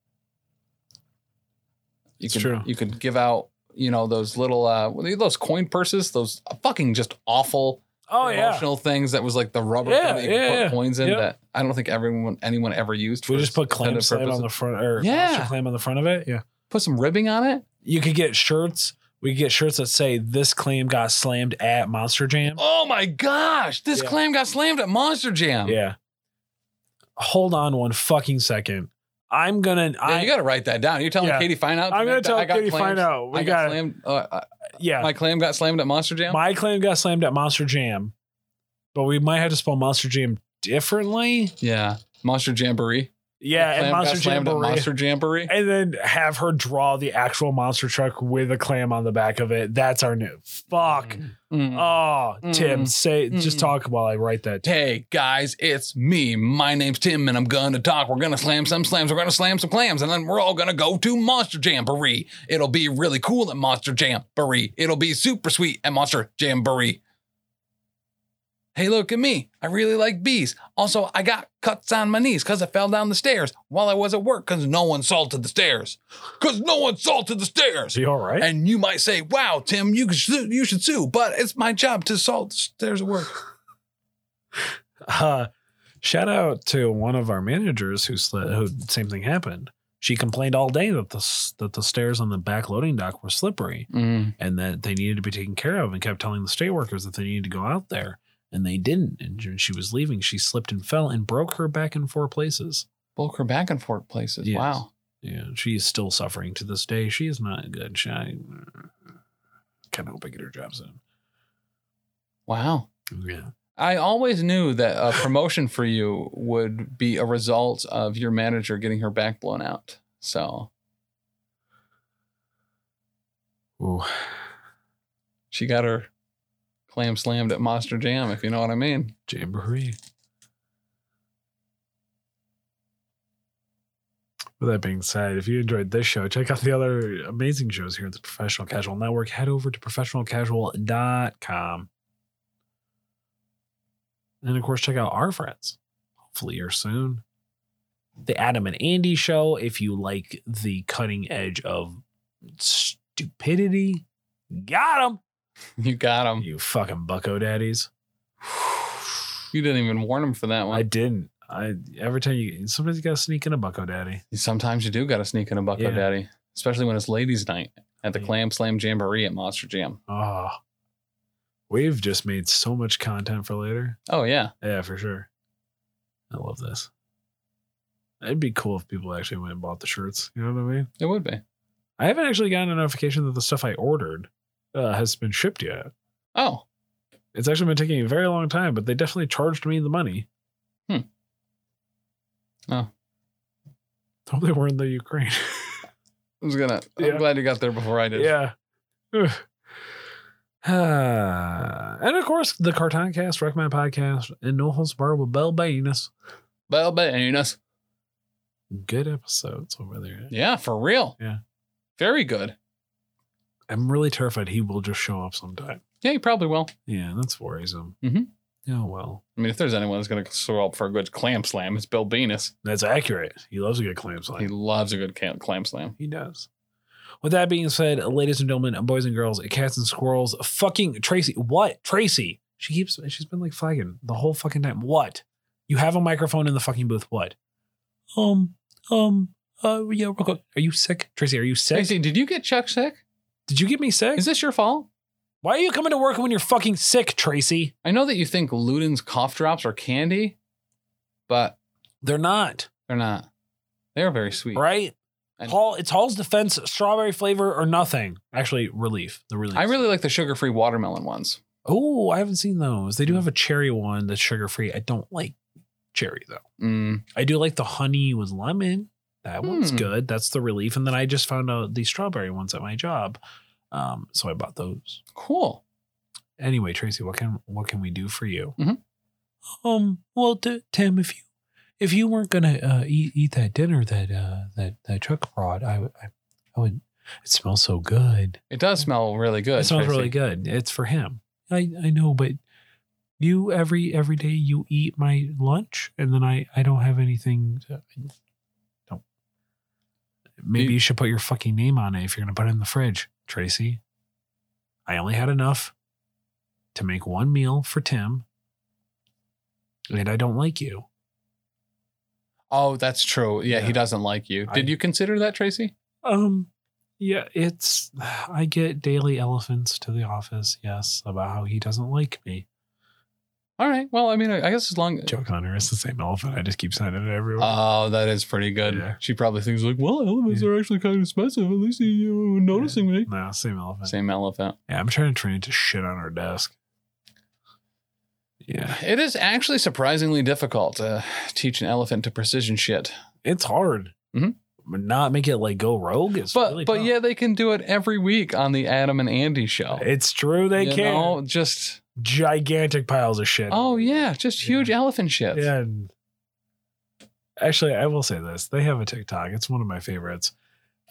Speaker 3: You
Speaker 2: It's
Speaker 3: could,
Speaker 2: true.
Speaker 3: You could give out, you know, those little uh, what are those coin purses, those fucking just awful
Speaker 2: Oh yeah,
Speaker 3: promotional things that was like the rubber
Speaker 2: Yeah,
Speaker 3: thing that you could
Speaker 2: yeah,
Speaker 3: put
Speaker 2: yeah.
Speaker 3: coins in
Speaker 2: Yep.
Speaker 3: that I don't think everyone anyone ever used.
Speaker 2: we just put clam
Speaker 3: intended
Speaker 2: slam
Speaker 3: purposes.
Speaker 2: on the front or
Speaker 3: Yeah.
Speaker 2: monster clam on the front of it. Yeah,
Speaker 3: Put some ribbing on it.
Speaker 2: you could get shirts. We could get shirts that say this clam got slammed at Monster Jam.
Speaker 3: Oh my gosh, this
Speaker 2: Yeah.
Speaker 3: clam got slammed at Monster Jam.
Speaker 2: Yeah. Hold on one fucking second. I'm gonna.
Speaker 3: Yeah,
Speaker 2: I,
Speaker 3: you got to write that down. You're telling
Speaker 2: Yeah.
Speaker 3: Katie Fine out.
Speaker 2: I'm gonna tell Katie find out. We
Speaker 3: I
Speaker 2: got.
Speaker 3: got slammed. Uh, uh,
Speaker 2: yeah.
Speaker 3: my clam got slammed at Monster Jam.
Speaker 2: My claim got slammed at Monster Jam, but we might have to spell Monster Jam differently.
Speaker 3: yeah, Monster Jamboree.
Speaker 2: Yeah,
Speaker 3: My
Speaker 2: and
Speaker 3: clam got
Speaker 2: Monster Jam
Speaker 3: slammed at Monster Jamboree.
Speaker 2: and then have her draw the actual monster truck with a clam on the back of it. That's our new fuck.
Speaker 3: Mm.
Speaker 2: Oh, Tim,
Speaker 3: Mm.
Speaker 2: say just
Speaker 3: Mm.
Speaker 2: talk while I write that. down.
Speaker 3: Hey guys, it's me. My name's Tim, and I'm gonna talk. We're gonna slam some slams. We're gonna slam some clams, and then we're all gonna go to Monster Jamboree. It'll be really cool at Monster Jamboree. It'll be super sweet at Monster Jamboree. Hey, look at me. I really like bees. Also, I got cuts on my knees because I fell down the stairs while I was at work because no one salted the stairs. Because no one salted the stairs.
Speaker 2: Is he all right?
Speaker 3: And you might say, "Wow, Tim, you could sue- you should sue," but it's my job to solve stairs of work.
Speaker 2: Uh, shout out to one of our managers who slid, who same thing happened. She complained all day that the s- that the stairs on the back loading dock were slippery.
Speaker 3: Hmm. Mm.
Speaker 2: and that they needed to be taken care of and kept telling the stay workers that they needed to go out there and they didn't and when she was leaving she slipped and fell and broke her back in four places
Speaker 3: Bulk her back and forth places.
Speaker 2: Yes.
Speaker 3: Wow.
Speaker 2: yeah she is still suffering to this day she is not good she, i uh, kind of hope i get her job soon
Speaker 3: Wow.
Speaker 2: yeah
Speaker 3: I always knew that a promotion for you would be a result of your manager getting her back blown out. So
Speaker 2: Ooh.
Speaker 3: she got her clam slammed at Monster Jam, if you know what I mean.
Speaker 2: jamboree With that being said, if you enjoyed this show, check out the other amazing shows here at the Professional Casual Network. Head over to professionalcasual.com. And of course, check out our friends. Hopefully, here soon. The Adam and Andy Show, if you like the cutting edge of stupidity. Got him,
Speaker 3: You got him.
Speaker 2: you fucking bucko daddies.
Speaker 3: You didn't even warn him for that
Speaker 2: I
Speaker 3: one.
Speaker 2: didn't. I every time you sometimes you gotta sneak in a bucko daddy.
Speaker 3: Sometimes you do got to sneak in a bucko
Speaker 2: Yeah.
Speaker 3: daddy, especially when it's ladies' night at the
Speaker 2: Yeah.
Speaker 3: Clam Slam Jamboree at Monster Jam.
Speaker 2: Oh, we've just made so much content for later.
Speaker 3: Oh, yeah.
Speaker 2: Yeah, for sure. I love this. It'd be cool if people actually went and bought the shirts. You know what I mean?
Speaker 3: It would be.
Speaker 2: I haven't actually gotten a notification that the stuff I ordered uh, has been shipped yet.
Speaker 3: Oh,
Speaker 2: It's actually been taking a very long time, but they definitely charged me the money.
Speaker 3: Hmm. Oh.
Speaker 2: Hope they weren't in the Ukraine.
Speaker 3: I was gonna.
Speaker 2: Yeah.
Speaker 3: I'm glad you got there before I did.
Speaker 2: Yeah. Ah, and of course, the Cartoon Cast, Recommend Podcast, and No Holds Barred with Bell Bainus.
Speaker 3: Well, but you know,
Speaker 2: Good episodes over there.
Speaker 3: yeah, for real.
Speaker 2: Yeah.
Speaker 3: Very good.
Speaker 2: I'm really terrified he will just show up sometime.
Speaker 3: Yeah, you probably will.
Speaker 2: Yeah, that's worrisome.
Speaker 3: Mhm.
Speaker 2: Oh, well.
Speaker 3: I mean, if there's anyone that's gonna show up for a good clam slam, it's Bill Venus.
Speaker 2: That's accurate. He loves a good clam slime.
Speaker 3: He loves a good cam- clam slam.
Speaker 2: He does. With that being said, ladies and gentlemen, boys and girls, cats and squirrels, fucking Tracy. What? Tracy. She keeps she's been like flagging the whole fucking time. What? You have a microphone in the fucking booth. What? Um, um, uh yeah, real quick. Are you sick? Tracy, are you sick?
Speaker 3: Casey, did you get Chuck sick?
Speaker 2: Did you get me sick?
Speaker 3: Is this your fault?
Speaker 2: Why are you coming to work when you're fucking sick, Tracy?
Speaker 3: I know that you think Luden's cough drops are candy, but
Speaker 2: They're not,
Speaker 3: they're not. They're very sweet.
Speaker 2: right?
Speaker 3: And-
Speaker 2: Hall, it's Hall's defense, strawberry flavor or nothing. Actually, relief. The relief.
Speaker 3: I really like the sugar-free watermelon ones.
Speaker 2: Oh, I haven't seen those. They do have a cherry one that's sugar free. I don't like cherry though.
Speaker 3: Mm,
Speaker 2: I do like the honey with lemon. That one's
Speaker 3: Hmm.
Speaker 2: good. That's the relief. And then I just found out the strawberry ones at my job. Um, so I bought those.
Speaker 3: Cool.
Speaker 2: Anyway, Tracy, what can what can we do for you?
Speaker 3: Mhm.
Speaker 2: Um, well, t- Tim, if you if you weren't gonna uh, eat eat that dinner that uh, that that Chuck brought, I, would- I I would. It smells so good.
Speaker 3: It does smell really good.
Speaker 2: It smells
Speaker 3: Tracy.
Speaker 2: really good. It's for him. I, I know, but you every every day you eat my lunch, and then I I don't have anything. To, don't. Maybe
Speaker 3: You-
Speaker 2: you, should put your fucking name on it if you're gonna put it in the fridge, Tracy. I only had enough to make one meal for Tim, and I don't like you.
Speaker 3: Oh, that's true. Yeah, he
Speaker 2: Yeah.
Speaker 3: doesn't like you. Did
Speaker 2: I-
Speaker 3: you consider that, Tracy?
Speaker 2: Um, yeah, it's I get daily elephants to the office. Yes, about how he doesn't like me.
Speaker 3: All right. Well, I mean, I I guess as long.
Speaker 2: joke on her. It's the same elephant. I just keep sending it everywhere.
Speaker 3: Oh, that is pretty good.
Speaker 2: Yeah.
Speaker 3: She probably thinks like, well, elephants
Speaker 2: Yeah.
Speaker 3: are actually kind of expensive. At least you noticing me.
Speaker 2: no, same elephant.
Speaker 3: Same elephant.
Speaker 2: Yeah, I'm trying to train it to shit on her desk. Yeah,
Speaker 3: It is actually surprisingly difficult to teach an elephant to precision shit.
Speaker 2: it's hard.
Speaker 3: Mhm.
Speaker 2: But not make it like go rogue. It's
Speaker 3: But
Speaker 2: really
Speaker 3: but
Speaker 2: tough.
Speaker 3: yeah, they can do it every week on the Adam and Andy show.
Speaker 2: it's true. They
Speaker 3: You
Speaker 2: can
Speaker 3: know, just
Speaker 2: gigantic piles of shit.
Speaker 3: oh yeah, just
Speaker 2: Yeah.
Speaker 3: huge elephant shit.
Speaker 2: yeah. and- Actually, I will say this: they have a TikTok. It's one of my favorites.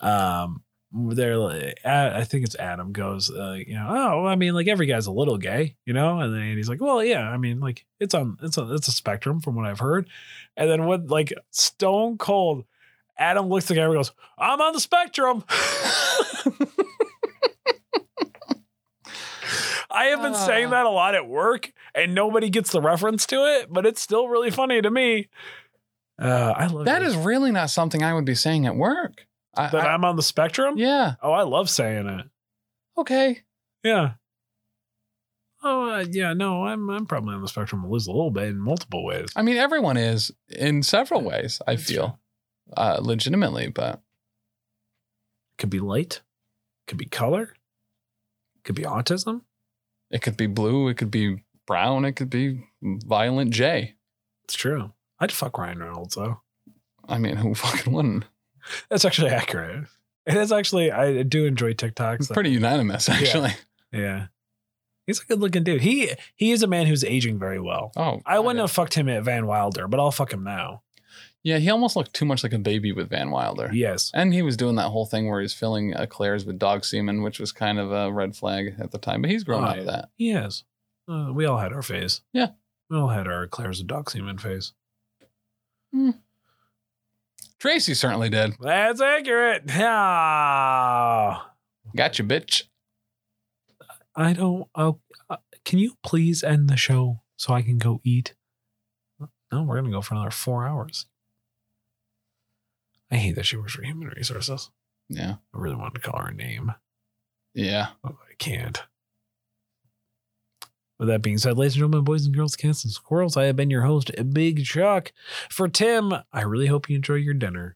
Speaker 2: Um, they're like, I I think it's Adam goes, uh, you know, oh, well, I mean, like every guy's a little gay, you know, and then he's like, well, yeah, I mean, like it's on, it's on, it's a spectrum from what I've heard, and then what, like stone cold, Adam looks at the guy and goes, I'm on the spectrum. I have been
Speaker 3: Ah.
Speaker 2: saying that a lot at work, and nobody gets the reference to it, but it's still really funny to me. Uh, I love
Speaker 3: That is really not something I would be saying at work. I,
Speaker 2: that
Speaker 3: I-
Speaker 2: I'm on the spectrum.
Speaker 3: yeah.
Speaker 2: Oh, I love saying it.
Speaker 3: Okay.
Speaker 2: Yeah. Oh uh, yeah, no, I'm I'm probably on the spectrum at least a little bit in multiple ways.
Speaker 3: I mean, everyone is in several ways. I
Speaker 2: That's
Speaker 3: feel uh, legitimately, but
Speaker 2: Could be light, could be color, could be autism.
Speaker 3: it could be blue. It could be brown. It could be violent J.
Speaker 2: It's true. I'd fuck Ryan Reynolds though.
Speaker 3: I mean, who fucking wouldn't?
Speaker 2: That's actually accurate. It is actually I do enjoy TikToks.
Speaker 3: It's pretty unanimous, actually.
Speaker 2: Yeah. He's a good looking dude. He he is a man who's aging very well.
Speaker 3: Oh,
Speaker 2: I wouldn't
Speaker 3: God.
Speaker 2: have fucked him at Van Wilder, but I'll fuck him now.
Speaker 3: Yeah, he almost looked too much like a baby with Van Wilder.
Speaker 2: Yes.
Speaker 3: And he was doing that whole thing where he's filling Eclairs with dog semen, which was kind of a red flag at the time. But he's grown
Speaker 2: Oh,
Speaker 3: out of that.
Speaker 2: He is. Uh, we all had our phase.
Speaker 3: Yeah.
Speaker 2: We all had our Claire's a dog semen phase.
Speaker 3: Tracy certainly did.
Speaker 2: That's accurate. Ah.
Speaker 3: Gotcha, bitch.
Speaker 2: I don't. Oh, uh, can you please end the show so I can go eat? No, we're gonna go for another four hours. I hate that she works for human resources.
Speaker 3: Yeah.
Speaker 2: I really wanted to call her a name.
Speaker 3: Yeah.
Speaker 2: Oh, I can't. With that being said, ladies and gentlemen, boys and girls, cats and squirrels, I have been your host, Big Chuck. For Tim, I really hope you enjoy your dinner.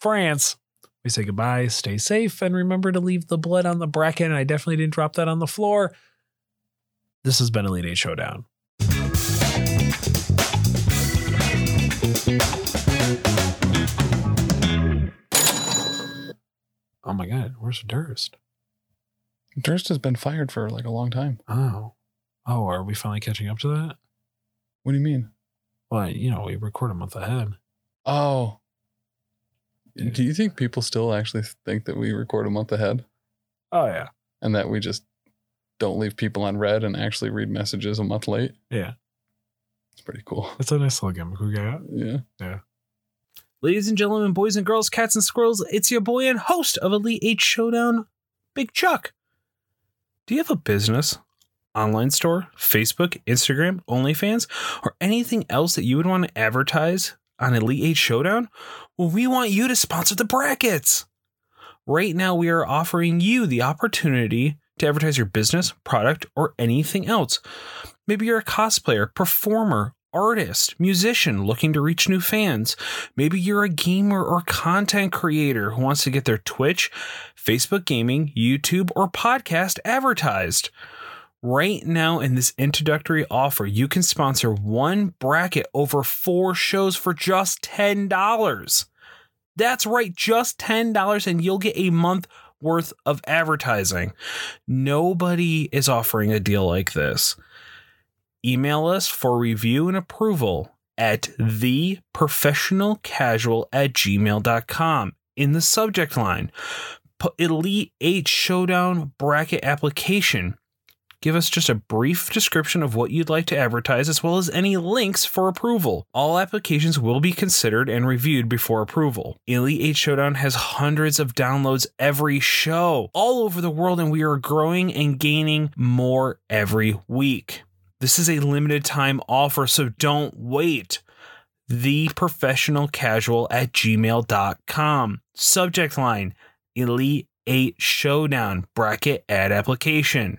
Speaker 2: France. We say goodbye, stay safe, and remember to leave the blood on the bracket. And I definitely didn't drop that on the floor. This has been Elite Eight Showdown. Oh my God, where's Durst?
Speaker 3: Durst has been fired for like a long time.
Speaker 2: Oh. Oh, are we finally catching up to that?
Speaker 3: What do you mean?
Speaker 2: Well, you know, we record a month ahead.
Speaker 3: Oh. Do you think people still actually think that we record a month ahead
Speaker 2: Oh, yeah.
Speaker 3: and that we just don't leave people on red and actually read messages a month late?
Speaker 2: Yeah.
Speaker 3: It's pretty cool.
Speaker 2: That's a nice little gimmick we got.
Speaker 3: Yeah.
Speaker 2: Ladies and gentlemen, boys and girls, cats and squirrels, it's your boy and host of Elite Eight Showdown, Big Chuck. Do you have a business, online store, Facebook, Instagram, OnlyFans, or anything else that you would want to advertise on Elite Eight Showdown? Well, we want you to sponsor the brackets. Right now, we are offering you the opportunity to advertise your business, product, or anything else. Maybe you're a cosplayer, performer, artist, musician looking to reach new fans. Maybe you're a gamer or content creator who wants to get their Twitch, Facebook gaming, YouTube, or podcast advertised. Right now, in this introductory offer, you can sponsor one bracket over four shows for just $10. That's right, just $10, and you'll get a month worth of advertising. Nobody is offering a deal like this. Email us for review and approval at theprofessionalcasual at gmail.com in the subject line. Put Elite 8 Showdown Bracket Application. Give us just a brief description of what you'd like to advertise, as well as any links for approval. All applications will be considered and reviewed before approval. Elite 8 Showdown has hundreds of downloads every show all over the world, and we are growing and gaining more every week. This is a limited time offer, so don't wait. TheProfessionalCasual at gmail.com. Subject line Elite 8 Showdown bracket ad application.